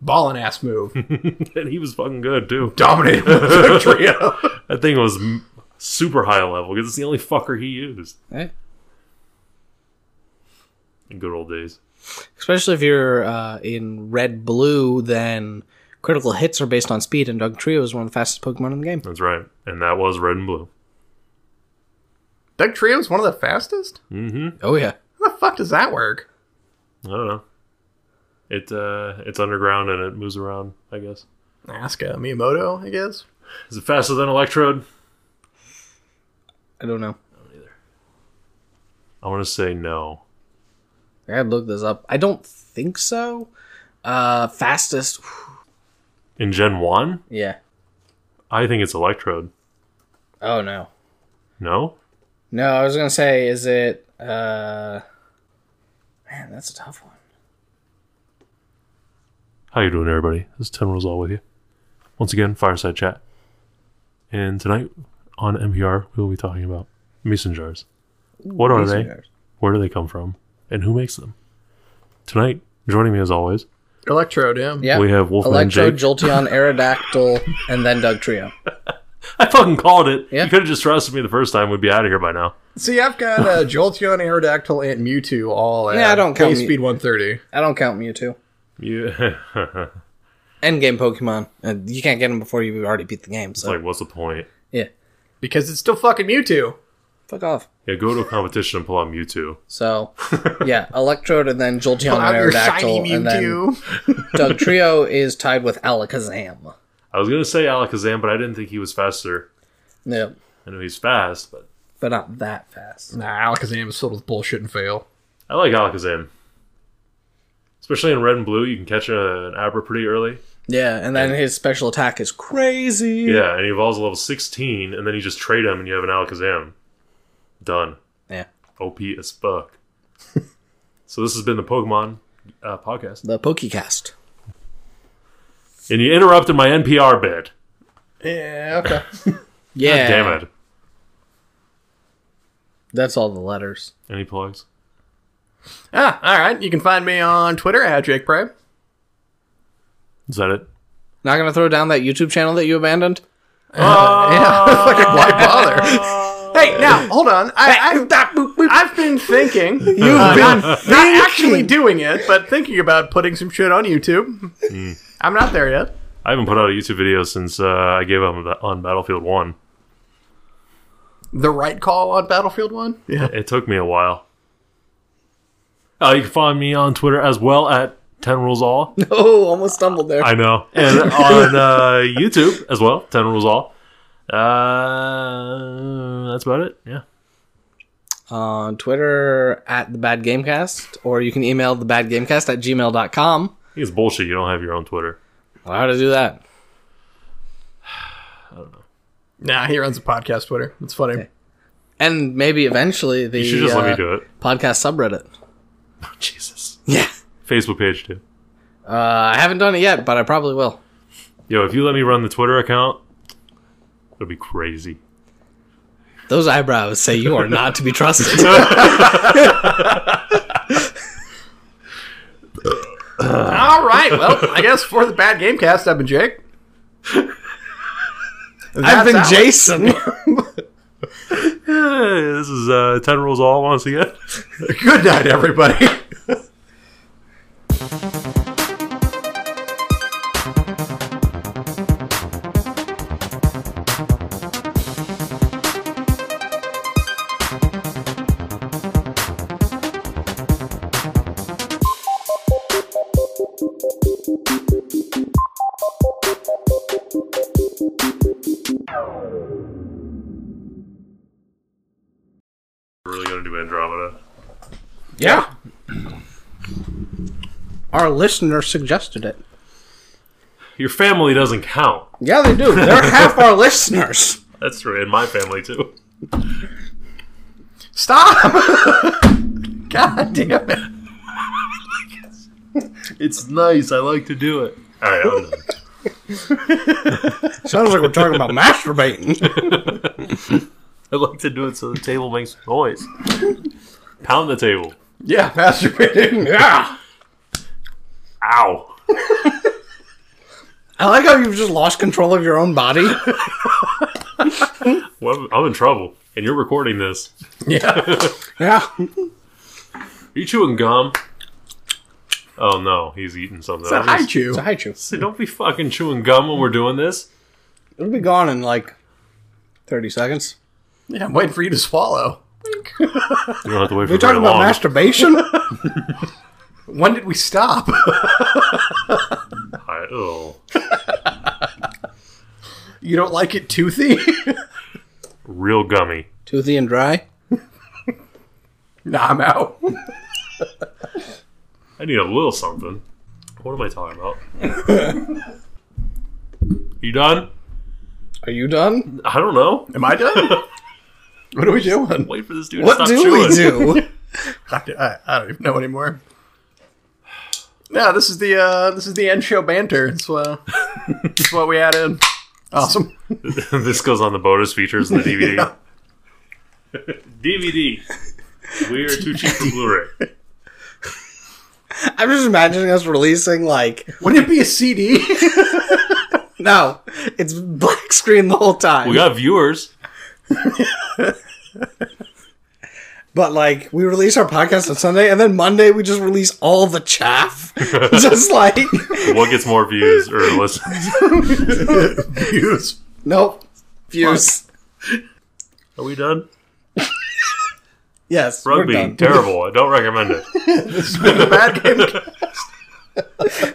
[SPEAKER 3] ballin' ass move.
[SPEAKER 2] and he was fucking good too.
[SPEAKER 3] Dominated with the trio.
[SPEAKER 2] That thing was m- super high level because it's the only fucker he used
[SPEAKER 1] eh?
[SPEAKER 2] in good old days.
[SPEAKER 1] Especially if you're uh, in red blue, then critical hits are based on speed, and Dugtrio is one of the fastest Pokemon in the game.
[SPEAKER 2] That's right, and that was red and blue.
[SPEAKER 3] Doug Trio is one of the fastest.
[SPEAKER 1] Oh yeah,
[SPEAKER 3] How the fuck does that work?
[SPEAKER 2] Mm-hmm. I don't know. It uh, it's underground and it moves around. I guess.
[SPEAKER 3] Asuka Miyamoto, I guess.
[SPEAKER 2] Is it faster than Electrode?
[SPEAKER 1] I don't know.
[SPEAKER 2] I want to say no.
[SPEAKER 1] I had to look this up. I don't think so. Uh, fastest.
[SPEAKER 2] In Gen 1?
[SPEAKER 1] Yeah.
[SPEAKER 2] I think it's Electrode.
[SPEAKER 1] Oh no.
[SPEAKER 2] No?
[SPEAKER 1] No, I was gonna say, is it? Uh, man, that's a tough one.
[SPEAKER 2] How you doing, everybody? This is Tim Rosal with you. Once again, Fireside Chat. And tonight on NPR, we will be talking about mason jars. What are they? Where do they come from? And who makes them? Tonight, joining me as always,
[SPEAKER 3] Electrode, yeah.
[SPEAKER 1] Yeah.
[SPEAKER 2] We have Wolfman
[SPEAKER 1] Electro,
[SPEAKER 2] Jake.
[SPEAKER 1] Jolteon, Aerodactyl, and then Doug Trio.
[SPEAKER 2] I fucking called it.
[SPEAKER 1] Yeah.
[SPEAKER 2] You could have just trusted me the first time. We'd be out of here by now.
[SPEAKER 3] See, I've got uh, Jolteon, Aerodactyl, and Mewtwo all at
[SPEAKER 1] Yeah, I don't count
[SPEAKER 3] base
[SPEAKER 1] Mew-
[SPEAKER 3] speed 130.
[SPEAKER 1] I don't count Mewtwo.
[SPEAKER 2] You, it's
[SPEAKER 1] Endgame Pokemon. Uh, you can't get them before you've already beat the game. So
[SPEAKER 2] like, what's the point?
[SPEAKER 1] yeah,
[SPEAKER 3] Because it's still fucking Mewtwo.
[SPEAKER 1] fuck off.
[SPEAKER 2] Yeah, go to a competition and pull out Mewtwo.
[SPEAKER 1] So yeah, Electrode and then Jolteon
[SPEAKER 3] Out
[SPEAKER 1] and
[SPEAKER 3] your shiny
[SPEAKER 1] Aerodactyl, and then
[SPEAKER 3] Mewtwo.
[SPEAKER 1] Doug Trio is tied with Alakazam.
[SPEAKER 2] I was gonna say Alakazam, but I didn't think he was faster.
[SPEAKER 1] Yep,
[SPEAKER 2] I know he's fast, but
[SPEAKER 1] but not that fast.
[SPEAKER 3] Nah, Alakazam is filled with bullshit and fail.
[SPEAKER 2] I like Alakazam. Especially in red and blue, you can catch a, an Abra pretty early.
[SPEAKER 1] Yeah, and then his special attack is crazy.
[SPEAKER 2] Yeah, and he evolves to level 16, and then you just trade him and you have an Alakazam. Done.
[SPEAKER 1] Yeah.
[SPEAKER 2] OP as fuck. so this has been the Pokemon uh, podcast.
[SPEAKER 1] The Pokecast.
[SPEAKER 2] And you interrupted my NPR bit.
[SPEAKER 3] Yeah, okay.
[SPEAKER 1] Yeah.
[SPEAKER 2] Damn it.
[SPEAKER 1] That's all the letters.
[SPEAKER 2] Any plugs?
[SPEAKER 3] ah, all right. You can find me on Twitter at Jake Prey.
[SPEAKER 2] Is that it?
[SPEAKER 1] Not gonna throw down that YouTube channel that you abandoned?
[SPEAKER 3] Yeah, like why bother? Uh, hey, now hold on. I, I've, I've been thinking. You've been not, not actually doing it, but thinking about putting some shit on YouTube. I'm not there yet.
[SPEAKER 2] I haven't put out a YouTube video since uh, I gave up on Ba- on Battlefield 1.
[SPEAKER 3] The right call on Battlefield One. Yeah.
[SPEAKER 2] It took me a while. Uh, you can find me on Twitter as well at 10 Rules All.
[SPEAKER 1] Oh, almost stumbled there.
[SPEAKER 2] I know. And on uh, YouTube as well, 10 Rules All. Uh, that's about it. Yeah.
[SPEAKER 1] On Twitter at the Bad Gamecast, or you can email the Bad Gamecast at gmail.com.
[SPEAKER 2] I think it's bullshit you don't have your own Twitter.
[SPEAKER 1] Well, how to do that?
[SPEAKER 3] Nah, he runs a podcast Twitter. It's funny.
[SPEAKER 1] And maybe eventually the
[SPEAKER 2] You should just let
[SPEAKER 1] uh,
[SPEAKER 2] me do it.
[SPEAKER 1] podcast subreddit.
[SPEAKER 2] Jesus.
[SPEAKER 1] Yeah.
[SPEAKER 2] Facebook page, too.
[SPEAKER 1] Uh, I haven't done it yet, but I probably will.
[SPEAKER 2] Yo, if you let me run the Twitter account, it'll be crazy.
[SPEAKER 1] Those eyebrows say you are not to be trusted.
[SPEAKER 3] All right. Well, I guess for the bad game cast, I've been Jake.
[SPEAKER 1] I've been
[SPEAKER 3] That's out.
[SPEAKER 1] Jason.
[SPEAKER 2] Hey, this is uh, 10 Rules All once again.
[SPEAKER 3] Good night, everybody.
[SPEAKER 2] We're really going to do Andromeda.
[SPEAKER 1] yeah. Our listener suggested it.
[SPEAKER 2] Your family doesn't count.
[SPEAKER 1] Yeah, they do. They're half our listeners.
[SPEAKER 2] That's true. And my family, too.
[SPEAKER 3] Stop. God damn it.
[SPEAKER 2] It's nice. I like to do it. All right, I'm done.
[SPEAKER 1] Sounds like we're talking about masturbating.
[SPEAKER 2] I like to do it so the table makes noise. Pound the table.
[SPEAKER 3] Yeah, masturbating.
[SPEAKER 1] yeah.
[SPEAKER 2] Ow.
[SPEAKER 1] I like how you've just lost control of your own body.
[SPEAKER 2] Well, I'm- I'm in trouble. And you're recording this.
[SPEAKER 3] Yeah.
[SPEAKER 1] Yeah.
[SPEAKER 2] Are you chewing gum? Oh no, he's eating something. I
[SPEAKER 3] Hi,
[SPEAKER 2] just-
[SPEAKER 3] Chew.
[SPEAKER 1] So hi, Chew.
[SPEAKER 2] Say, don't be fucking chewing gum when we're doing this.
[SPEAKER 1] It'll be gone in like 30 seconds.
[SPEAKER 3] Yeah, I'm waiting for you to swallow.
[SPEAKER 2] You don't have to wait for
[SPEAKER 1] We're
[SPEAKER 2] very
[SPEAKER 1] talking about
[SPEAKER 2] long.
[SPEAKER 1] masturbation?
[SPEAKER 3] When did we stop?
[SPEAKER 2] I, oh,
[SPEAKER 3] you don't like it toothy?
[SPEAKER 2] real gummy.
[SPEAKER 1] Toothy and dry?
[SPEAKER 3] Nah, I'm out.
[SPEAKER 2] I need a little something. What am I talking about? you done?
[SPEAKER 1] Are you done?
[SPEAKER 2] I don't know.
[SPEAKER 3] Am I done? what are we doing?
[SPEAKER 2] Wait for this dude
[SPEAKER 1] What
[SPEAKER 2] to stop
[SPEAKER 1] do
[SPEAKER 2] chewing.
[SPEAKER 1] we do?
[SPEAKER 3] I, I, I don't even know anymore. No, this is the uh, this is the end show banter. It's uh, it's what we add in. Awesome.
[SPEAKER 2] this goes on the bonus features in the DVD.
[SPEAKER 3] Yeah.
[SPEAKER 2] DVD. We are too cheap for Blu-ray.
[SPEAKER 1] I'm just imagining us releasing like
[SPEAKER 3] Wouldn't it be a CD?
[SPEAKER 1] no, it's black screen the whole time.
[SPEAKER 2] We got viewers.
[SPEAKER 1] But like we release our podcast on Sunday and then Monday we just release all the chaff. just like
[SPEAKER 2] What gets more views or listens?
[SPEAKER 3] Views.
[SPEAKER 1] nope. Views.
[SPEAKER 2] Are we done?
[SPEAKER 1] Yes. we're
[SPEAKER 2] Rugby,
[SPEAKER 1] done.
[SPEAKER 2] terrible. I don't recommend it.
[SPEAKER 3] This has been the Bad Game.